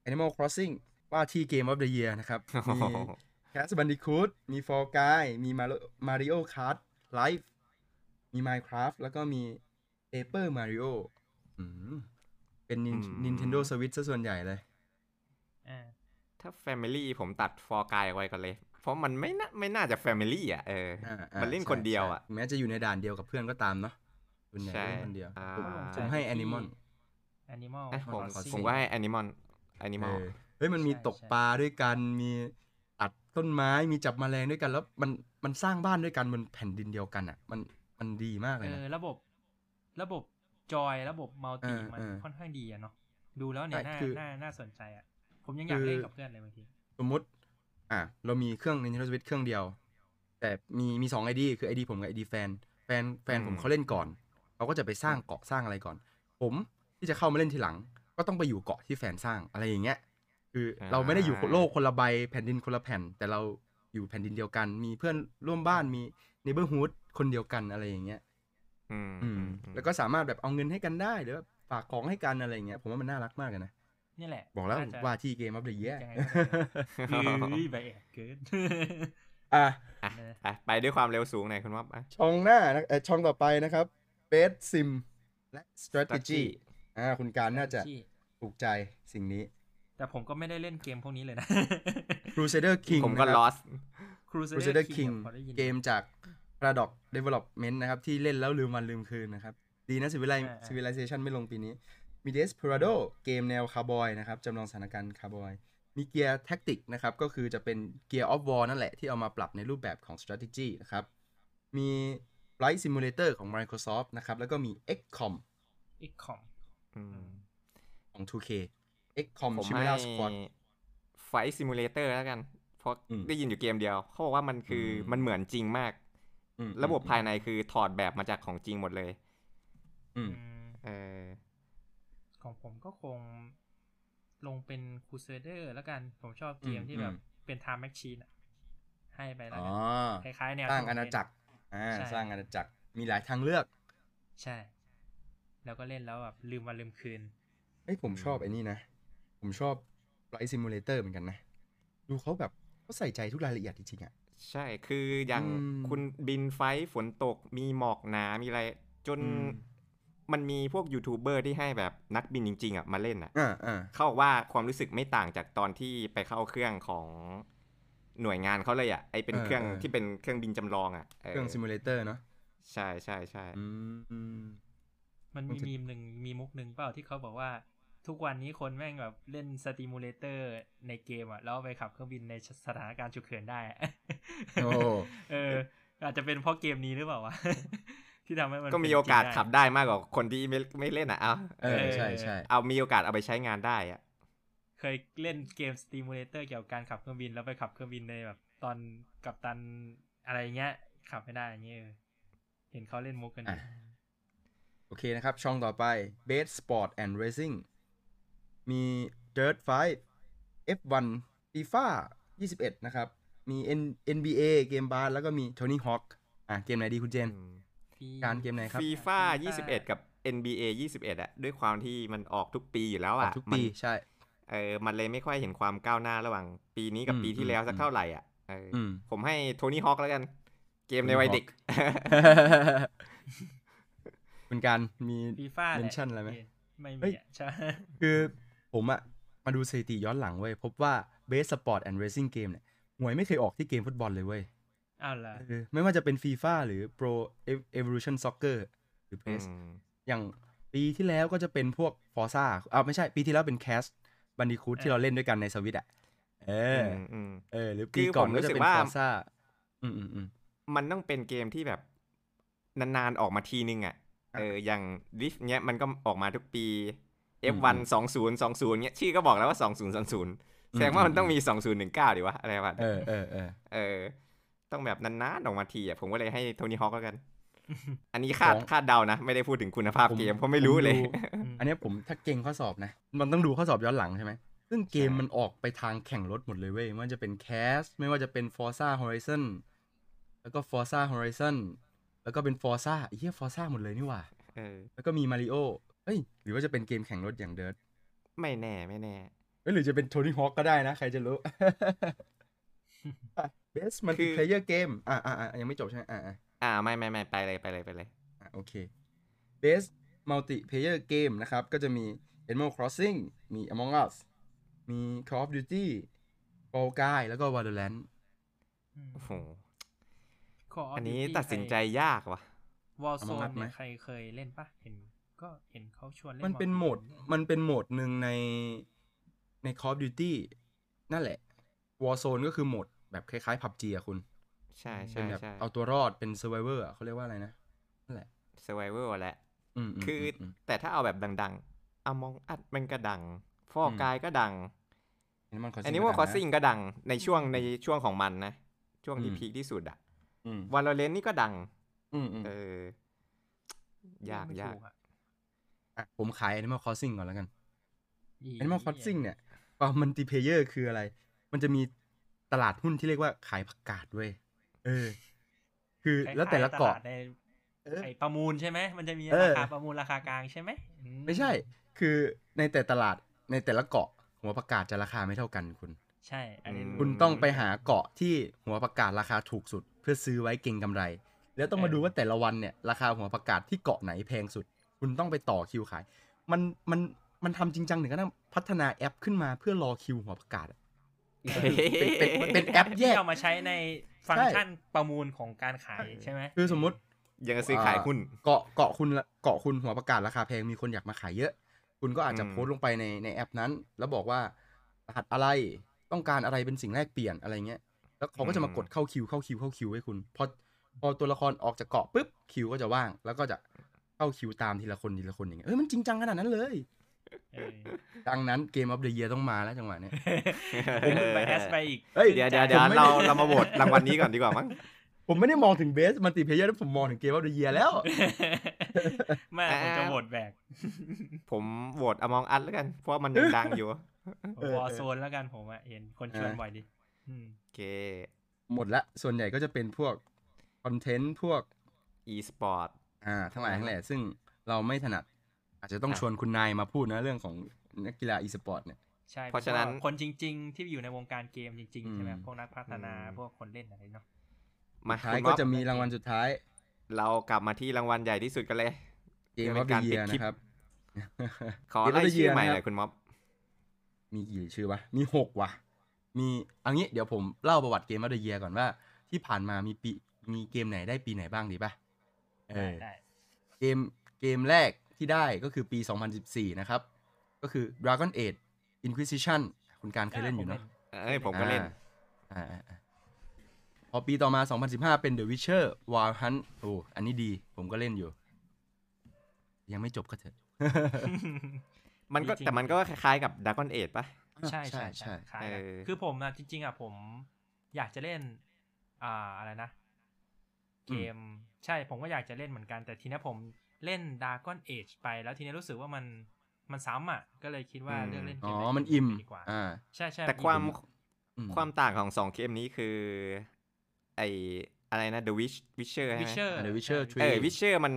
Speaker 1: Animal Crossing ว่าที่ Game of the Year นะครับ มี (laughs) Crash Bandicoot มี Fall Guy มี Mario- Mario Kart Live มี Minecraft แล้วก็มี Paper Mario อืมเป็น Nin-
Speaker 2: อืม
Speaker 1: Nintendo Switch ซะส่วนใหญ่เลย
Speaker 3: อ่า
Speaker 2: ถ้า Family ผมตัดฟอร์กายไว้ก่อนเลย เพราะมันไม่น่าไม่น่าจะ Family อ่ะเออ
Speaker 1: อ่าอ่า
Speaker 2: มันเล่น
Speaker 1: ใช่
Speaker 2: คนเดียวอ่ะ
Speaker 1: ใช่แม้จะอยู่ในด่านเดียวกับเพื่อนก็ตามเนาะส่วนใหญ่ก็เล่นคนเดียว
Speaker 2: อ่า
Speaker 1: ผมผมให้
Speaker 3: ใช่
Speaker 1: Animal
Speaker 3: แอนิมอล
Speaker 2: อ่ะผม
Speaker 1: ขอ
Speaker 2: ผมก็ให้ Animal
Speaker 1: เอ
Speaker 2: Animal
Speaker 1: อเฮ้ยมันมี
Speaker 3: ใช่
Speaker 1: ตก
Speaker 3: ใช่
Speaker 1: ปลาด้วยกันมีตัดต้นไม้มีจับแมลงด้วยกันแล้วมันมันสร้างบ้านด้วยกันบนแผ่นดินเดียวกันอ่ะ มันมันดีมากเล
Speaker 3: เอย
Speaker 1: นะ
Speaker 3: อระบบ ระบบจอยระบบมัลติ
Speaker 1: อ่ามั
Speaker 3: มัน
Speaker 1: อ่า
Speaker 3: ค่อนข้างดีอะเนาะดูแล้วเนี่ย
Speaker 1: ใช่
Speaker 3: น่า
Speaker 1: คือ
Speaker 3: น่าน่าสนใจอะผมยังอยาก
Speaker 1: คือ
Speaker 3: เล่นกับเพื่อนเลยบางที
Speaker 1: สมมติ อ่ะ เรามีเครื่อง Nintendo Switch เครื่องเดียว แต่มีมีสอง ID คือ ID ผมกับ ID แฟน แฟนแฟน
Speaker 2: อืม
Speaker 1: ผมเขาเล่นก่อน เขาก็จะไปสร้างเกาะสร้างอะไรก่อน ผมที่จะเข้ามาเล่นทีหลัง ก็ต้องไปอยู่เกาะที่แฟนสร้างอะไรอย่างเงี้ย คือเราไม่ได้อยู่โลกคนละใบแผ่นดินคนละแผ่น แต่เราอยู่แผ่นดินเดียวกัน มีเพื่อนร่วมบ้านมี neighborhood คนเดียวกันอะไรอย่างเงี้ย
Speaker 2: อืม
Speaker 1: อื
Speaker 2: อื
Speaker 1: ม
Speaker 2: ม
Speaker 1: แล้วก็สามารถแบบเอาเงินให้กันได้หรือว่าฝากของให้กันอะไรอย่างเงี้ย ผมว่ามันน่ารักมากเลยนะ
Speaker 3: นี่แหละ
Speaker 1: บอกแล้ว
Speaker 3: น่จะ
Speaker 1: ว่าที่เกมอัพเดย์แย่
Speaker 3: ยังไงก็ได้
Speaker 1: (laughs)
Speaker 3: เฮ้ยใบแอบเกิน
Speaker 1: อ่ะ
Speaker 2: อ่ะอ่ะไปด้วยความเร็วสูงหน่อยคุณว่าอ่ะ
Speaker 1: ช่องหน้านะเอ่อช่องต่อไปนะครับ Best Sim และ Strategy
Speaker 2: Strategy
Speaker 1: อ่าคุณการน่าจะถูกใจสิ่งนี้
Speaker 3: แต่ผมก็ไม่ได้เล่นเกมพวก
Speaker 1: (laughs)
Speaker 3: นี้เลยนะ
Speaker 1: Crusader King
Speaker 2: ผมก็
Speaker 1: นะครับ
Speaker 2: lost
Speaker 1: Crusader King
Speaker 3: พอได้ยิน
Speaker 1: เกมจาก Paradox Development นะครับ ที่เล่นแล้วลืมวันลืมคืนนะครับ ดีนะ Civilize-
Speaker 3: อ่าอ่า
Speaker 1: Civilization ไม่ลงปีนี้ มี Desperado เกมแนวคาร์บอยนะครับจำลองสถานการณ์คาร์บอย มีเกียร์แท็กติกนะครับ ก็คือจะเป็นเกียร์ออฟวอนั่นแหละ ที่เอามาปรับในรูปแบบของ strategy นะครับ มี Flight Simulator ของ Microsoft นะครับ แล้วก็มี XCOM
Speaker 3: อีกคอม
Speaker 2: อืม
Speaker 1: ของ 2K XCOM
Speaker 2: ผมให้
Speaker 1: Chimera Squad
Speaker 2: ไฟซิมูเลเตอร์แล้วกัน เพราะ
Speaker 1: อืม
Speaker 2: ได้ยินอยู่เกมเดียว เขาบอกว่ามันคืออ
Speaker 1: ม
Speaker 2: มันเหมือนจริงมาก
Speaker 1: อืม
Speaker 2: ระบบภายในคือถอดแบบมาจากของจริงหมดเลย
Speaker 1: อืม
Speaker 2: เออ
Speaker 3: ของผมก็คงลงเป็นคูเซเดอร์แล้วกัน ผมชอบเกม
Speaker 1: อืม
Speaker 3: ที่แบบ
Speaker 1: อืม
Speaker 3: เป็นไทม์แมชชีนอะให้ไปแล้ว
Speaker 1: อ๋อ
Speaker 3: กันคล้ายๆแนว
Speaker 1: สร้างอาณาจักร อ่า
Speaker 3: ใช่
Speaker 1: สร้างอาณาจักร มีหลายทางเลือก
Speaker 3: ใช่ แล้วก็เล่นแล้วแบบลืมวันลืมคืน
Speaker 1: เอ้ยผม
Speaker 2: อืม
Speaker 1: ชอบไอ้นี่นะ ผมชอบ Flight Simulator เหมือนกันนะ ดูเขาแบบเขาใส่ใจทุกรายละเอียดจริงๆอ่ะ
Speaker 2: ใช่ คืออย่าง
Speaker 1: อืม
Speaker 2: คุณบินไฟท์ฝนตก มีหมอกหนา มีอะไร จน
Speaker 1: อืม
Speaker 2: มันมีพวกยูทูบเบอร์ที่ให้แบบนักบินจริง ๆ อ่ะ มาเล่นอ่ะ
Speaker 1: อ่าอ่า
Speaker 2: เขาบอกว่าความรู้สึกไม่ต่างจากตอนที่ไปเข้าเครื่องของหน่วยงานเขาเลยอ่ะ ไอเป็นเครื่องที่เป็นเครื่องบินจำลองอ่ะ
Speaker 1: เครื่อง Simulator เนาะ
Speaker 2: ใช่ใช่ใช่
Speaker 1: อืมอืม
Speaker 3: มัน
Speaker 1: มั
Speaker 3: มี
Speaker 1: นจะ
Speaker 3: มีมหนึ่งมีมุกหนึ่งเปล่าที่เขาบอกว่า ทุกวันนี้คนแม่งแบบเล่นสติมูเลเตอร์ในเกมอะแล้วเอาไปขับเครื่องบินในสถานการณ์ฉุกเฉินได้อะ
Speaker 1: โอ้
Speaker 2: (laughs)
Speaker 3: เออ อาจจะเป็นเพราะเกมนี้หรือเปล่าวะ (laughs) ที่ทำให้มัน
Speaker 2: ก็มี
Speaker 3: เป็นจริง
Speaker 2: โอกาส
Speaker 3: ได้
Speaker 2: ขับได้มากกว่าคนที่ไม่ไม่เล่นอ่ะ เอา
Speaker 1: เออ ใช่ใช่
Speaker 2: เอามีโอกาสเอาไปใช้งานได้อ่ะ
Speaker 3: เคยเล่นเกมสติมูเลเตอร์เกี่ยวกับการขับเครื่องบินแล้วไปขับเครื่องบินในแบบ ตอนกับตันอะไรเงี้ย ขับไม่ได้อย่างเงี้ยเออเห็นเขาเล่นมุกกันอ
Speaker 1: อ่ะ
Speaker 3: ยู่
Speaker 1: โอเคนะครับ ช่องต่อไป Base Sport and Racing มี Dirt 5 F1 FIFA 21 นะครับ มี N NBA เกมบาสแล้วก็มี Tony Hawk อ่ะเกมไหนดีคุณเจน การเกมไหนครับ
Speaker 2: ฟีฟ่า21 กับ NBA 21อะด้วยความที่มันออกทุกปีอยู่แล้วอะ
Speaker 1: ทุก
Speaker 2: มั
Speaker 1: ปี
Speaker 2: น
Speaker 1: ใช่
Speaker 2: เออมันเลยไม่ค่อยเห็นความก้าวหน้าระหว่าง ปีนี้กับ
Speaker 1: อืม
Speaker 2: ปีที่แล้วสัก
Speaker 1: อืม
Speaker 2: เท่าไหร่อ่ะเอออ
Speaker 1: อืม
Speaker 2: ผมให้โทนี่ฮอคแล้วกัน เกมใน
Speaker 1: Tony
Speaker 2: วัยเด็ก
Speaker 1: (laughs) เป็นการมี
Speaker 3: ฟีฟ่า
Speaker 1: mention อะไรไหม
Speaker 3: ไม่
Speaker 1: เฮ้
Speaker 3: มี
Speaker 1: ย
Speaker 3: อะใช่
Speaker 1: คือผมอะมาดูสถิติย้อนหลังเว้ย พบว่า Base Sport and Racing Game เนี่ยหวยไม่เคยออกที่เกมฟุตบอลเลยเว้ย
Speaker 3: เอ้าวเหรอ
Speaker 1: เออไม่ว่าจะเป็น FIFA หรือ Pro Ev- Evolution Soccer หรือ PES
Speaker 2: อืม
Speaker 1: อย่างปีที่แล้วก็จะเป็นพวก Forza อ่าไม่ใช่ปีที่แล้วเป็น Cast b a n d i c o o t ที่เราเล่นด้วยกันในสวิตอ่ะ เอออ
Speaker 2: มอืม
Speaker 1: เออ หรือ
Speaker 2: คื
Speaker 1: ปี
Speaker 2: อ
Speaker 1: ก่อ
Speaker 2: ผ
Speaker 1: น
Speaker 2: มรู้
Speaker 1: ก็จะ
Speaker 2: สึก
Speaker 1: เป็น
Speaker 2: ว่า
Speaker 1: Forza อืมอืมอืม
Speaker 2: มันต้องเป็นเกมที่แบบ นานๆออกมาทีนึงอ่ะ เออ อย่างดิฟเนี้ยมันก็ออกมาทุกปี F1
Speaker 1: อื
Speaker 2: 20 20เนี้ยชื่อก็บอกแล้วว่า 2020 แสดงว่ามันต้องมี 2019ดิวะอะไรวะ
Speaker 1: เออเออเออ
Speaker 2: เออ ต้องแบบนานๆออกมาทีอ่ะ ผมก็เลยให้โทนี่ฮอคแล้
Speaker 1: (laughs)
Speaker 2: วกัน อันนี้คาด
Speaker 1: ของ
Speaker 2: คาดเดานะ ไม่ได้พูดถึงคุณภาพ
Speaker 1: ผม
Speaker 2: เกม เพราะไม่รู้เลย
Speaker 1: ผมดู อันเนี้ยผมถ้าเก่งข้อสอบนะ มันต้องดูข้อสอบย้อนหลังใช่ไหม ซึ่งเกม
Speaker 2: ใช่
Speaker 1: มันออกไปทางแข่งรถหมดเลยเว้ย ไม่ว่าจะเป็น Cast ไม่ว่าจะเป็น Forza Horizon แล้วก็ Forza Horizon แล้วก็เป็น Forza ไอ้เหี้ย Forza หมดเลยนี่หว่า
Speaker 2: เออ
Speaker 1: แล้วก็มีมาริโอเฮ้ย หรือว่าจะเป็นเกมแข่งรถอย่างเดิร์ด
Speaker 2: ไม่แน่ไม่แน่
Speaker 1: เอ้ยหรือจะเป็นโทนี่ฮอ k ก็ได้นะ ใครจะรู้ (laughs) เบสมัน
Speaker 2: คือ
Speaker 1: เพลเยอร์เกมอ่ะอ่ะอ่ะยังไม่จบใช่ไหมอ่ะอ่ะ
Speaker 2: อ่า ไม่ไม่ไม่ไปเลยไปเลยไปเลย
Speaker 1: อ่ะโอเคเบสมัลติเพลเยอร์เกมนะครับ ก็จะมี Animal Crossing มี Among Us มี Call of Duty Fall Guys แล้วก็ Valorant
Speaker 2: โอ้โห
Speaker 3: ขอ
Speaker 2: อั
Speaker 3: อั
Speaker 2: นนี้ตัดสินใจยากว่ะ
Speaker 3: วอลโซ
Speaker 1: เอามางั
Speaker 3: น
Speaker 1: ดไหม
Speaker 3: เนี่ยใครเคยเล่นปะเห็นก็เห็นเขาชวนเล่น
Speaker 1: มันเป็น
Speaker 3: Warzone
Speaker 1: โหมด มันเป็นโหมดหนึ่งในใน Call of Duty นั่นแหละ Warzone ก็คือโหมดแบบคล้ายๆ PUBG อะคุณ
Speaker 2: ใช่
Speaker 1: เป็
Speaker 2: ใช่
Speaker 1: นแบบ
Speaker 2: ใช่
Speaker 1: เอาตัวรอดเป็น survivor อะเขาเรียกว่าอะไรนะนั่นแหละ
Speaker 2: เซอร์ไวเวอร์แหละ
Speaker 1: อืมม
Speaker 2: คืออ
Speaker 1: ม
Speaker 2: แต่ถ้าเอาแบบดังๆอมองอัดมันก็ดัง ฟอ
Speaker 1: อืม
Speaker 2: กายก็ดัง
Speaker 1: Animal
Speaker 2: อั
Speaker 1: Crossing
Speaker 2: นนี้ว่าค
Speaker 1: ก็
Speaker 2: อ
Speaker 1: ดังนะ
Speaker 2: ซิงก็ดังในช่วงในช่วงของมันนะ ช่วงที่
Speaker 1: อืม
Speaker 2: พีคที่สุดอะ
Speaker 1: อืม
Speaker 2: วาโลเลนนี่ก็ดัง
Speaker 1: อืมอืม
Speaker 2: เออ
Speaker 3: เล่
Speaker 2: ยาก
Speaker 3: นไม่
Speaker 2: ยาก
Speaker 3: ถูอะ
Speaker 1: อ่ะผมขาย Animal Crossing ก่อนแล้วกัน
Speaker 3: อี
Speaker 1: Animal Crossing เนี่ยความมั l ติเพเยอร์คืออะไร มันจะมีตลาดหุ้นที่เรียกว่าขายผักกาดเว้ยเออ คือ
Speaker 3: คายๆ
Speaker 1: แล้วแต่ละเกาะ
Speaker 3: ดใน
Speaker 1: เออ
Speaker 3: ไอ้ประมูลใช่ไหมมันจะมี
Speaker 1: เอ
Speaker 3: รา
Speaker 1: อ
Speaker 3: คาประมูลราคากลางใช่ไหมอื
Speaker 1: ไม่ใช่ คือในแต่ตลาดในแต่ละเกาะ หัวผักกาดจะราคาไม่เท่ากันคุณ
Speaker 3: ใช่ อันนี้
Speaker 2: อืม
Speaker 1: คุณต้องไปหาเกาะที่หัวประกาศราคาถูกสุด เพื่อซื้อไว้เก็งกำไร แล้วต้องมาดูว่าแต่ละวันเนี่ย ราคาหัวประกาศที่เกาะไหนแพงสุด คุณต้องไปต่อคิวขาย มันมันมันทำจริงจังถึงขนาดพัฒนาแอปขึ้นมาเพื่อรอคิวหัวประกาศอะเป็นเป็นเป็นแอ
Speaker 3: (laughs)
Speaker 1: ปแย
Speaker 3: ที่
Speaker 1: ก
Speaker 3: เอามาใช้ในฟังก์ชันประมูลของการขายใช่ไหม
Speaker 1: คือสมมติ
Speaker 2: ยังจะซื้อขายหุ้น
Speaker 1: เกาะเกาะคุณเกาะคุณหัวประกาศราคาแพงมีคนอยากมาขายเยอะ คุณก็อาจจะ
Speaker 2: อืม
Speaker 1: โพสต์ลงไปในในแอปนั้น แล้วบอกว่ารหัสอะไรต้องการอะไรเป็นสิ่งแรกเปลี่ยนอะไรเงี้ย แล้วเขาก็จะมากดเข้าคิวเข้าคิวเข้าคิวให้คุณพอพอตัวละครออกจากเกาะปุ๊บคิวก็จะว่าง แล้วก็จะเข้าคิวตามทีละคนทีละคนอย่างเงี้ยเอ้ยมันจริงจังขนาดนั้นเลย
Speaker 3: เออ
Speaker 1: ดังนั้นเกมออฟเด e y เย r ต้องมาแล้วจังหวะเนี้ย
Speaker 3: ผมไปแอสไปอีก
Speaker 1: เฮ้ย
Speaker 2: เดี๋ยวเดี๋ยวเดี๋ยว
Speaker 1: ผมไม่ได้
Speaker 2: เราเรามาโหวตรางวัลนี้ก่อนดีกว่ามั้ง
Speaker 1: (laughs) ผมไม่ได้มองถึงเบสมัลติเพเยอร์ผมมองถึงเกมออฟเด e y เย r แล้ว
Speaker 3: ไม่
Speaker 2: อ่า
Speaker 3: ผมจะโหวตแบก
Speaker 2: ผมโหวตอมองอัดแล้วกัน เพราะว่ามันยังดังอยู่
Speaker 1: เออ
Speaker 3: วอโซนแล้วกันผมอะเห็นคนชวนบ่อยดิอืม
Speaker 2: โอเค
Speaker 1: หมดละส่วนใหญ่ก็จะเป็นพวกคอนเทนต์พวก
Speaker 2: e สปอร์ต
Speaker 1: อ่าทั้งหลายทั้งแหล่ซึ่งเราไม่ถนัด อาจจะต้อง
Speaker 2: ครับ
Speaker 1: ชวนคุณนายมาพูดนะเรื่องของนักกีฬาอีสปอร์ตเนี่ย
Speaker 3: ใช่
Speaker 2: เพราะฉะนั้น
Speaker 3: คนจริง ๆ ที่อยู่ในวงการเกมจริง ๆ ใช่ไหม
Speaker 1: อืม
Speaker 3: พวกนักพัฒนาพวกคนเล่นอะไรเนาะ
Speaker 2: มา
Speaker 1: ท้าย
Speaker 2: คุณ
Speaker 1: ก็
Speaker 2: ม็อบ
Speaker 1: จะมีรางวัลสุดท้าย
Speaker 2: เรากลับมาที่รางวัลใหญ่ที่สุดกันเลย
Speaker 1: เกมออ
Speaker 2: เดี๋ยว
Speaker 1: ฟเดอะ
Speaker 2: เป็นการ
Speaker 1: เยีย
Speaker 2: ปิดคลิป
Speaker 1: นะครับ (laughs)
Speaker 2: ขอ
Speaker 1: Game of
Speaker 2: ไล่
Speaker 1: the
Speaker 2: ชื่อ
Speaker 1: Year
Speaker 2: ใหม่
Speaker 1: นะ
Speaker 2: ห
Speaker 1: ค
Speaker 2: น่
Speaker 1: รั
Speaker 2: อบ ยคุณม็อบ
Speaker 1: มีกี่ชื่อวะ มีหกวะมีเอางี้เดี๋ยวผมเล่าประวัติเกมออฟเดอะเยียก่อนว่า ที่ผ่านมามีปีมีเกมไหนได้ปีไหนบ้างดีป่ะเอ
Speaker 3: ได้
Speaker 1: อ
Speaker 3: ได้
Speaker 1: เกมเกมแรกที่ได้ก็คือปี 2014 นะครับ ก็คือ Dragon Age Inquisition คุณการเคยเล่นอยู่เนาะ
Speaker 2: เอ้ยผมก็เล่น
Speaker 1: อ่าอ่าอ่าพอปีต่อมา 2015 เป็น The Witcher Wild Hunt โอ้อันนี้ดีผมก็เล่นอยู่ ยังไม่จบก็เถอะ
Speaker 2: มันก็
Speaker 3: จริง
Speaker 2: แต่มันก็คล้ายๆกับดักอนเอทปะ
Speaker 3: ใช่ใช่
Speaker 1: ใช่
Speaker 3: ใช่
Speaker 1: ใช่
Speaker 3: คล้ายกัน
Speaker 2: เออ
Speaker 3: คือผมนะจริง ๆอ่ะผมอยากจะเล่น อ่าอะไรนะ เกมใช่ผมก็อยากจะเล่นเหมือนกัน แต่ทีเนี้ยผมเล่น Dragon Age ไปแล้วทีเนี้ยรู้สึกว่ามัน มันซ้ำอ่ะ ก็เลยคิดว่า
Speaker 2: อืม
Speaker 3: เลือกเล่นเก
Speaker 1: อ๋อ
Speaker 3: ม
Speaker 1: มันอิ่ม
Speaker 3: ดีกว่า
Speaker 1: อ่า
Speaker 3: ใช่ใช่
Speaker 2: แต่ความ
Speaker 3: อิ่
Speaker 1: อืม
Speaker 2: ความต่างของสองเกมนี้คือ ไออะไรนะ The Witch Witcher
Speaker 3: ม
Speaker 2: ใช่ไหม
Speaker 3: Witcher
Speaker 1: The Witcher
Speaker 3: ใช่
Speaker 1: Witcher
Speaker 2: เออ Witcher มัน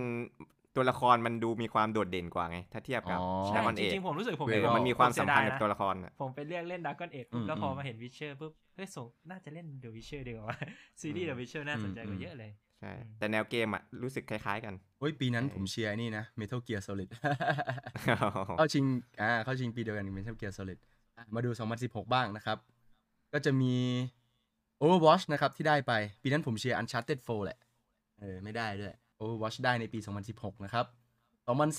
Speaker 2: ตัวละครมันดูมีความโดดเด่นกว่าไง ถ้าเทียบกับ
Speaker 1: อ๋อ
Speaker 3: ใช่
Speaker 2: Dragon
Speaker 3: จ
Speaker 2: Age
Speaker 3: ริงๆผมรู้สึกผม
Speaker 2: เอ
Speaker 1: เอ
Speaker 2: อ
Speaker 1: อ
Speaker 2: มันมีความสัมพันธ์
Speaker 3: เย
Speaker 2: กับ
Speaker 3: ดยะ
Speaker 2: ตัวละครอ่ะ
Speaker 3: ผมไปเลือกเล่น Dragon Age ปุ๊บ
Speaker 1: อืม
Speaker 3: แล้วพอ
Speaker 1: อืม
Speaker 3: มาเห็น Witcher ปุ๊บเฮ้ยสงน่าจะเล่น The Witcher ดีกว่า (laughs) ซีรีส์ The Witcher น่าสนใจ
Speaker 1: อืม
Speaker 3: กว่าเยอะเลย
Speaker 2: ใช่ แต่แนวเกมอ่ะ รู้สึกคล้ายๆกัน
Speaker 1: โอ้ยปีนั้น
Speaker 2: ใช่
Speaker 1: ผมเชียร์ไอ้นี่นะ Metal Gear Solid (laughs) เข้าชิงอ่าเข้าชิงปีเดียวกันกับ Metal Gear Solid อ่ะมาดู 2016 บ้างนะครับ ก็จะมี Overwatch นะครับ ที่ได้ไป ปีนั้นผมเชียร์ Uncharted 4 แหละ เออ ไม่ได้ด้วย Overwatch ได้ในปี 2016 นะครับ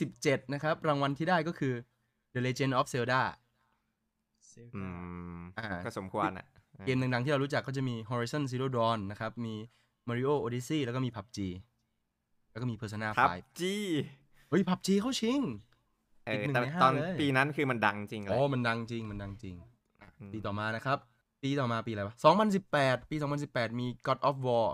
Speaker 1: 2017 นะครับ รางวัลที่ได้ก็คือ The Legend of Zelda
Speaker 2: อืม
Speaker 1: อ่า
Speaker 2: ก็สมควรอ่ะ
Speaker 1: เกมดังๆ ที่เรารู้จักก็จะมี Horizon Zero Dawn นะครับ มี Mario Odyssey แล้วก็มี PUBG แล้วก็มี Persona
Speaker 2: ครับ
Speaker 1: 5
Speaker 2: จี้
Speaker 1: เฮ้ย PUBG เข้าชิง
Speaker 2: เออ
Speaker 1: ติดหนึ่ง
Speaker 2: แต่
Speaker 1: ในห้า
Speaker 2: ตอน
Speaker 1: เลย
Speaker 2: ปีนั้นคือมันดังจริงเล
Speaker 1: อ๋
Speaker 2: ย
Speaker 1: อ มันดังจริง มันดังจริง
Speaker 2: ม
Speaker 1: ปีต่อมานะครับ ปีต่อมาปีอะไรวะ2018 ปี 2018 มี God of War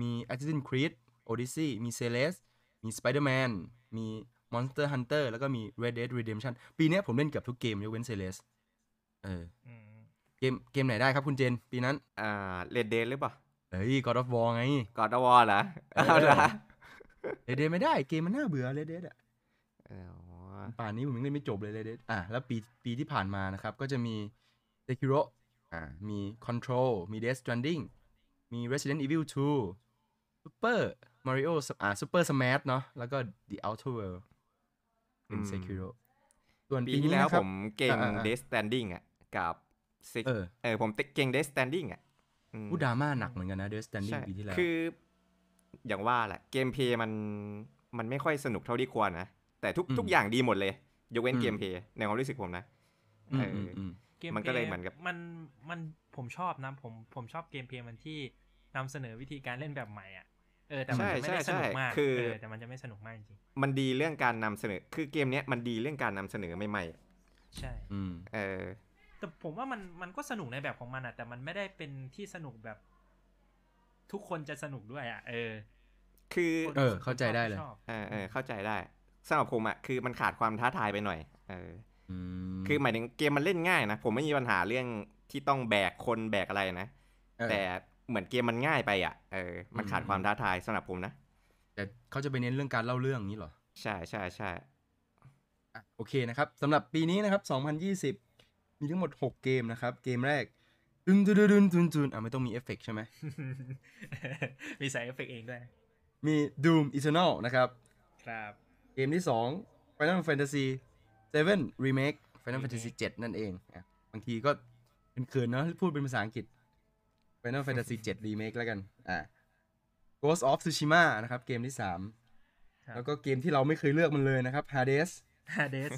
Speaker 1: มี Assassin's Creed Odyssey มี Celeste มี Spider-Man มี Monster Hunter แล้วก็มี Red Dead Redemption ปีเนี้ยผมเล่นเกือบทุกเกมยกเว้น Celeste เออ เกม เกมไหนได้ครับคุณเจน ปีนั้น
Speaker 2: อ่าเรดเดนหรือเปล่า
Speaker 1: เฮ้ย God of War ไง
Speaker 2: กอดวอลเหรอ
Speaker 1: เออ
Speaker 2: เอาละ
Speaker 1: เดดไม่ได้ เกมมันน่าเบื่อ Red Dead อะ
Speaker 2: เอออ๋อ
Speaker 1: ป่านนี้ผมยังเล่นไม่จบเลยเลยเดดอ่ะ แล้วปีปีที่ผ่านมานะครับ ก็จะมี Sekiro อ่า มี Control มี Death Stranding มี Resident Evil 2 Super Mario อ่า Super Smash เนอะแล้วก็ The Outer World เป็น Sekiro ส่วน
Speaker 2: ปี
Speaker 1: ปี
Speaker 2: ที่
Speaker 1: นี้
Speaker 2: แล้ว
Speaker 1: นะครั
Speaker 2: ผ
Speaker 1: บ
Speaker 2: มเก่ง
Speaker 1: อ่าอ่า
Speaker 2: เดสแตนดิ้งอ่ะ กับ Six
Speaker 1: เออ
Speaker 2: เออผมเก่งเดสแตนดิ้งอ่ะอืม
Speaker 1: ผู้ดราม่าหนักเหมือนกันนะ Death Stranding
Speaker 2: ใช่
Speaker 1: ปีที่แล้ว
Speaker 2: คืออย่างว่าแหละเกมเพลย์มันมันไม่ค่อยสนุกเท่าที่ควรนะ แต่ทุก
Speaker 1: อืม
Speaker 2: ทุกอย่างดีหมดเลย ยกเว้น
Speaker 1: อืม
Speaker 2: เกมเพลย์ในความรู้สึกผมนะ
Speaker 1: ม
Speaker 2: เอออื
Speaker 1: มอืม
Speaker 2: มันก็เลยเหมือนกับ
Speaker 3: มันมันผมชอบนะผมผมชอบเกมเพลย์มันที่นำเสนอวิธีการเล่นแบบใหม่อ่ะเออแต่มันจะไม่ได้ส
Speaker 2: ใช่ใช่
Speaker 3: นุกมาก
Speaker 2: คือ
Speaker 3: เออแต่มันจะไม่สนุกมากจริง
Speaker 2: มันดีเรื่องการนำเสนอ คือเกมเนี้ยมันดีเรื่องการนำเสนอใหม่
Speaker 3: ๆใช่
Speaker 1: อืม
Speaker 2: ๆเออ
Speaker 3: แต่ผมว่ามันมันก็สนุกในแบบของมันอ่ะ แต่มันไม่ได้เป็นที่สนุกแบบ ทุกคนจะสนุกด้วยอ่ะเออ
Speaker 2: คือ
Speaker 3: คน
Speaker 1: เออเข้าใจได้เลย
Speaker 3: ชอบ (laughs)
Speaker 2: เออเออเข้าใจได้สำหรับผมอ่ะคือมันขาดความท้าทายไปหน่อยเออ
Speaker 1: อืม
Speaker 2: อคือหมายถึงเกมมันเล่นง่ายนะ ผมไม่มีปัญหาเรื่องที่ต้องแบกคนแบกอะไรนะ
Speaker 1: เออ
Speaker 2: แต่เหมือนเกมมันง่ายไปอ่ะเออมันขาดความท้าทายสำหรับผมนะ
Speaker 1: แต่เขาจะไปเน้นเรื่องการเล่าเรื่องนี้เหรอ
Speaker 2: ใช่ใช่ใช่
Speaker 1: อ่ะโอเคนะครับสำหรับปีนี้นะครับ 2020 มีทั้งหมด 6 เกมนะครับ เกมแรกดึนดุนดุนดุนดุนอ่ะไม่ต้องมีเอฟเฟกต์ใช่ไหม
Speaker 3: มีใส่เอฟเฟกต์เองด้วย
Speaker 1: มี Doom Eternal นะครับ
Speaker 3: ครับ
Speaker 1: เกมที่ 2 Final Fantasy 7 Remake Final
Speaker 3: Remake
Speaker 1: Fantasy 7 นั่นเองอ่ะบางทีก็เขินๆเนาะพูดเป็นภาษาอังกฤษ Final Fantasy 7 Remake แล้วกันอ่ะ Ghost of Tsushima นะครับ เกมที่
Speaker 3: ครับ
Speaker 1: 3 แล้วก็เกมที่เราไม่เคยเลือกมันเลยนะครับ Hades
Speaker 3: ฮาเด
Speaker 2: (laughs)
Speaker 3: ส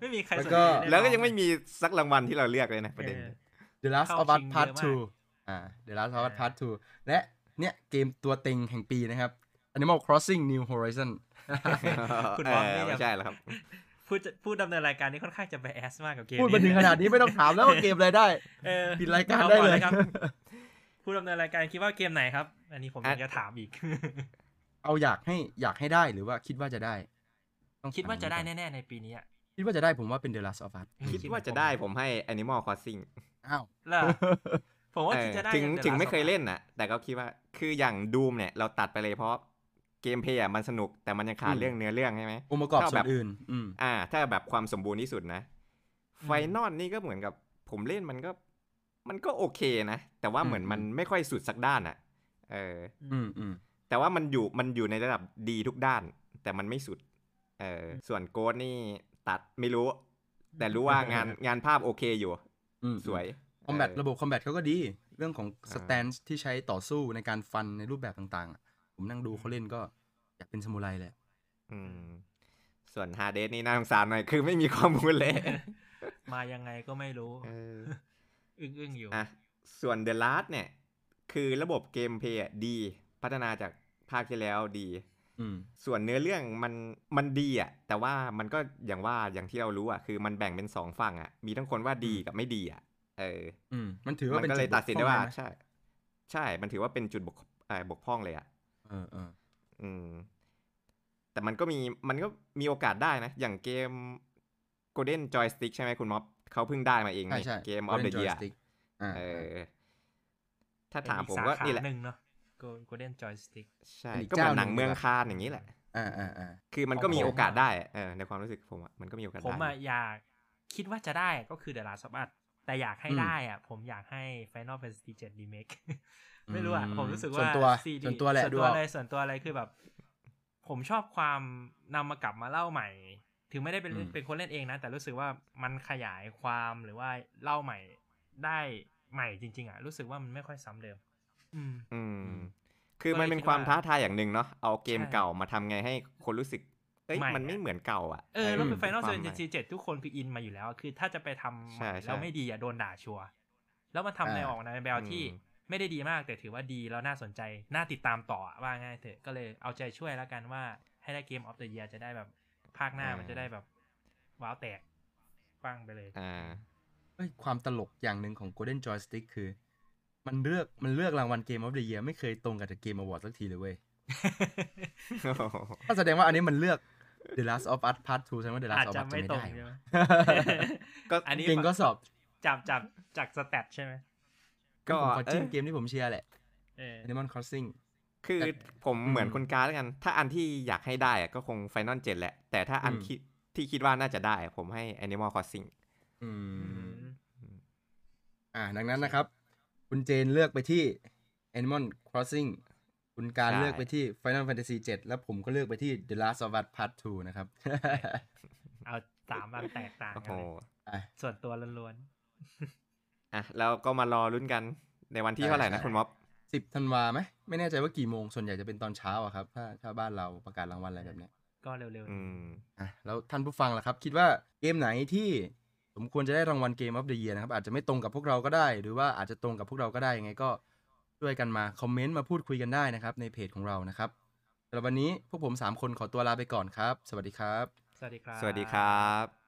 Speaker 3: ไม่มีใคร
Speaker 1: แล้ว
Speaker 3: สน
Speaker 1: ก็
Speaker 3: ใจด้
Speaker 2: แล้วก็
Speaker 3: ลอ
Speaker 2: ยังไม่มีสักรางวัลที่เราเลือกเลยนะประเด็น
Speaker 3: ออ
Speaker 1: The Last
Speaker 3: เข้า
Speaker 1: of Us
Speaker 3: ชิง
Speaker 1: Part
Speaker 3: เยอะมาก
Speaker 1: 2อ่า The Last of Us Part 2 และเนี่ยเกมตัวเต็งแห่งปีนะครับ Animal Crossing New Horizon
Speaker 3: คุณ
Speaker 2: เอ
Speaker 3: พร้อม
Speaker 2: อ
Speaker 3: ที่จะ
Speaker 2: ไม่ใช่แล้วครับ
Speaker 3: พูดจะพูดดำเนินรายการนี้ค่อนข้างจะไปแอสมากกับเกม
Speaker 1: พูดมาถึงขนาดนี้ไม่ต้องถามแล้วว่าเกมอะไรได้
Speaker 3: เออ
Speaker 1: ปิดรายการ
Speaker 3: อ
Speaker 1: ได้
Speaker 3: อน
Speaker 1: เลย
Speaker 3: ครับพูดดำเนินรายการคิดว่าเกมไหนครับ อันนี้ผมอ
Speaker 2: อ่ะ
Speaker 3: ยากจะถามอีก
Speaker 1: (laughs) เอาอยากให้อยากให้ได้หรือว่าคิดว่าจะได้
Speaker 3: คิดว่าจะได้
Speaker 1: ถมอย่งนี้ก่อ
Speaker 3: แน่ๆในปีนี้อะ
Speaker 1: นคิดว่าจะได้ผมว่าเป็น The Last of Us
Speaker 2: คิดว่าจะได้ผมให้ Animal Crossing
Speaker 1: อ้าว
Speaker 3: ล่ะผมว่า
Speaker 2: เอ
Speaker 3: คิด
Speaker 2: อ
Speaker 3: จะได้
Speaker 2: ถึง
Speaker 3: แต่ละ
Speaker 2: ถึงไม่เคย
Speaker 3: สัปดาห์
Speaker 2: เล่นนะแต่ก็คิดว่าคืออย่าง Doom เนี่ยเราตัดไปเลยเพราะเกมเพลย์อะมันสนุกแต่มันยังขาดเรื่องเนื้อเรื่องใช่ไหม
Speaker 1: องค์ประกอบ
Speaker 2: เท่า
Speaker 1: ส่
Speaker 2: แบ
Speaker 1: ว
Speaker 2: บ
Speaker 1: นอื่น อืม
Speaker 2: อ่า ถ้าแบบความสมบูรณ์ที่สุดนะ
Speaker 3: อืม
Speaker 2: ไฟนอลนี่ก็เหมือนกับผมเล่นมันก็ มันก็โอเคนะ แต่ว่า
Speaker 1: อืม
Speaker 2: เหมือนมันไม่ค่อยสุดสักด้านอ่ะเออ
Speaker 1: อืมอืม
Speaker 2: แต่ว่ามันอยู่มันอยู่ในระดับดีทุกด้าน แต่มันไม่สุด เออส่วนโกดนี่ตัดไม่รู้ แต่รู้ว่างาน งานภาพโอเคอยู่
Speaker 1: อืม
Speaker 2: สวย
Speaker 1: คอมแบท
Speaker 2: เ
Speaker 1: ระบบคอมแบทเขาก็ดี เรื่องของสแตนที่ใช้ต่อสู้ในการฟันในรูปแบบต่างๆอ่ะผมนั่งดูเขาเล่นก็อยากเป็นซามูไรเลย
Speaker 2: อืม ส่วนฮาเดสนี่น่าสงสารหน่อย คือไม่มีข้อมูลเลย
Speaker 3: มายังไงก็ไม่รู้
Speaker 2: เออ
Speaker 3: อึ้งๆอยู่
Speaker 2: อ่ะส่วนเดอะล s t เนี่ย คือระบบเกมเพลย์อะดี พัฒนาจากภาคที่แล้วดี
Speaker 1: อืม
Speaker 2: ส่วนเนื้อเรื่องมันมันดีอ่ะ แต่ว่ามันก็อย่างว่าอย่างที่เรารู้อ่ะคือมันแบ่งเป็นสองฝั่งอ่ะ มีทั้งคนว่าดีกับไม่ดีอ่ะ เออ
Speaker 1: อืมมันถือว่า
Speaker 2: มั
Speaker 1: เป็น
Speaker 2: ก็เลย
Speaker 1: จุบก
Speaker 2: ตัดสินได้
Speaker 1: พ
Speaker 2: ว่า
Speaker 1: ร่องหม
Speaker 2: ใช่ ใช่ มันถือว่าเป็นจุดบกเอ่อบกพร่องเลยอ่ะ
Speaker 1: เออเออ
Speaker 2: อืม แต่มันก็มีมันก็มีโอกาสได้นะ อย่างเกม Golden Joystick ใช่ไหมคุณม็อบเขาเพิ่งได้มาเอง
Speaker 1: ใช่ใช่
Speaker 2: เกม of the
Speaker 4: Golden
Speaker 2: year
Speaker 4: Joystick
Speaker 1: อ่า
Speaker 2: เออ ถ้าถามผมก็
Speaker 3: เป็อีสข
Speaker 2: นี่แหละ
Speaker 3: หนึ่งเนาะ Go- Golden Joystick
Speaker 2: ใช่
Speaker 1: เป็นอีก
Speaker 2: ก็
Speaker 1: เจ้าห
Speaker 2: เหมือนห
Speaker 1: นึ่
Speaker 2: นัง
Speaker 1: ง
Speaker 2: เมืองคานอย่างนี้แหละ
Speaker 1: อ่าอ่าอ่า
Speaker 2: คือมันก็
Speaker 3: ของ
Speaker 2: มี
Speaker 3: ผม
Speaker 2: โอกาสได้เออในความรู้สึกผมอะมันก็มีโอกาส
Speaker 3: ผม
Speaker 2: ได้
Speaker 3: อะอยากคิดว่าจะได้ก็คือ The Last of Us แต่อยากให้ได้อะผมอยากให้ Final Fantasy 7 Remake ไม่รู้อะผมรู้สึกว่า
Speaker 1: ส่วนตัว
Speaker 3: CD
Speaker 1: ส่วนตัวแหละ
Speaker 3: ส่วน
Speaker 1: ดู
Speaker 3: ตัว
Speaker 1: ออก
Speaker 3: เลยส่วนตัวอะไรคือแบบ ผมชอบความนำมากลับมาเล่าใหม่ ถึงไม่ได้เป็น
Speaker 1: อืม
Speaker 3: เป็นคนเล่นเองนะ แต่รู้สึกว่ามันขยายความหรือว่าเล่าใหม่ได้ใหม่จริง ๆอะรู้สึกว่ามันไม่ค่อยซ้ำเดิม อืม
Speaker 2: อืม
Speaker 1: อืม
Speaker 2: คือมันเป็น
Speaker 3: ก็เลยคิดว่า
Speaker 2: ความท้าทายอย่างหนึ่งเนาะเอาเกม
Speaker 3: ใช่
Speaker 2: เก่ามาทำไงให้คนรู้สึกเอ้ย
Speaker 3: ใหม่
Speaker 2: มันไม่
Speaker 3: อะ
Speaker 2: เหมือนเก่าอ่ะ
Speaker 3: เออแล้วเป็น
Speaker 2: ม
Speaker 3: Final
Speaker 2: ความหม่
Speaker 3: Fantasy 7ทุกคนคืออินมาอยู่แล้วอะคือถ้าจะไปทำใหม่
Speaker 2: ใช่ใช่
Speaker 3: แล้วไม่ดีอะโดนด่าชัวร์แล้วมันทำใน
Speaker 1: อ่า
Speaker 3: ออกในแบบที่
Speaker 2: อืม
Speaker 3: ไม่ได้ดีมากแต่ถือว่าดีแล้วน่าสนใจ น่าติดตามต่ออะว่าง่ายเถอะก็เลยเอาใจช่วยแล้วกันว่าให้ได้เกมออฟเดอะเยียจะได้แบบภาคหน้ามันจะได้แบบ ว้าวแตกปั้งไปเลย (laughs)
Speaker 2: อ่า
Speaker 1: เอ้ยความตลกอย่างหนึ่งของ Golden Joystick คือ มันเลือกมันเลือกรางวัล Game of the Year ไม่เคยตรงกับเกมอวอร์ดสักทีเลยเว้ยก็แสดงว่าอันนี้มันเลือก The Last of Us Part 2ใช่ไหม The
Speaker 3: อา
Speaker 1: Last
Speaker 3: จ
Speaker 1: of
Speaker 3: จะ
Speaker 1: Us จะ
Speaker 3: ไม่
Speaker 1: ไม่
Speaker 3: ตรง
Speaker 1: ได้
Speaker 3: ใช่ไหม
Speaker 2: (laughs) ก็
Speaker 3: อันนี้
Speaker 1: เก่งก็สอบ
Speaker 3: จับจับจากสแตทใช่ไหม
Speaker 1: ก็
Speaker 2: ก็
Speaker 1: ผมขอจิ้ม
Speaker 2: เอ้ย
Speaker 1: เกมที่ผมเชียร์แหละ
Speaker 3: เออ
Speaker 1: Animal Crossing
Speaker 2: คือผมเหมือนคุณการดแล้วกัน ถ้าอันที่อยากให้ได้อะก็คง Final 7 แหละ แต่ถ้าอัน
Speaker 1: อืม
Speaker 2: ที่ที่คิดว่าน่าจะได้อะผมให้ Animal Crossing
Speaker 1: อื
Speaker 3: อื
Speaker 1: ม
Speaker 3: ม
Speaker 1: อ่าดังนั้นนะครับ คุณเจนเลือกไปที่ Animal Crossing คุณการ
Speaker 2: ใช่
Speaker 1: เลือกไปที่ Final Fantasy 7 แล้วผมก็เลือกไปที่ The Last of Us Part 2 นะครับ (laughs)
Speaker 3: เอาสามอันแตกต่าง
Speaker 2: โอ้โห
Speaker 3: กันเลย
Speaker 1: อ่ะ
Speaker 3: ส่วนตัวล้วน
Speaker 2: อ่ะแล้วก็มารอลุ้นกันในวันที่
Speaker 1: ใช่
Speaker 2: เท่าไหร่นะ
Speaker 1: ใช่
Speaker 2: คุณม็อบ
Speaker 1: 10ธันวาไหมไม่แน่ใจว่ากี่โมง ส่วนใหญ่จะเป็นตอนเช้าอะครับ ถ้าถ้าบ้านเราประกาศรางวัลอะไรแบบเนี้ย
Speaker 3: ๆ ก็เร็ว
Speaker 2: อืม
Speaker 1: อ่ะแล้วท่านผู้ฟังล่ะครับ คิดว่าเกมไหนที่สมควรจะได้รางวัลเกม of the year นะครับ อาจจะไม่ตรงกับพวกเราก็ได้ หรือว่าอาจจะตรงกับพวกเราก็ได้ยังไงก็ช่วยกันมาคอมเมนต์มาพูดคุยกันได้นะครับ ในเพจของเรานะครับสำหรับวันนี้พวกผมสามคนขอตัวลาไปก่อนครับ สวัสดีครับ
Speaker 3: ๆ สวัสดีครับ
Speaker 2: สวัสดีครับ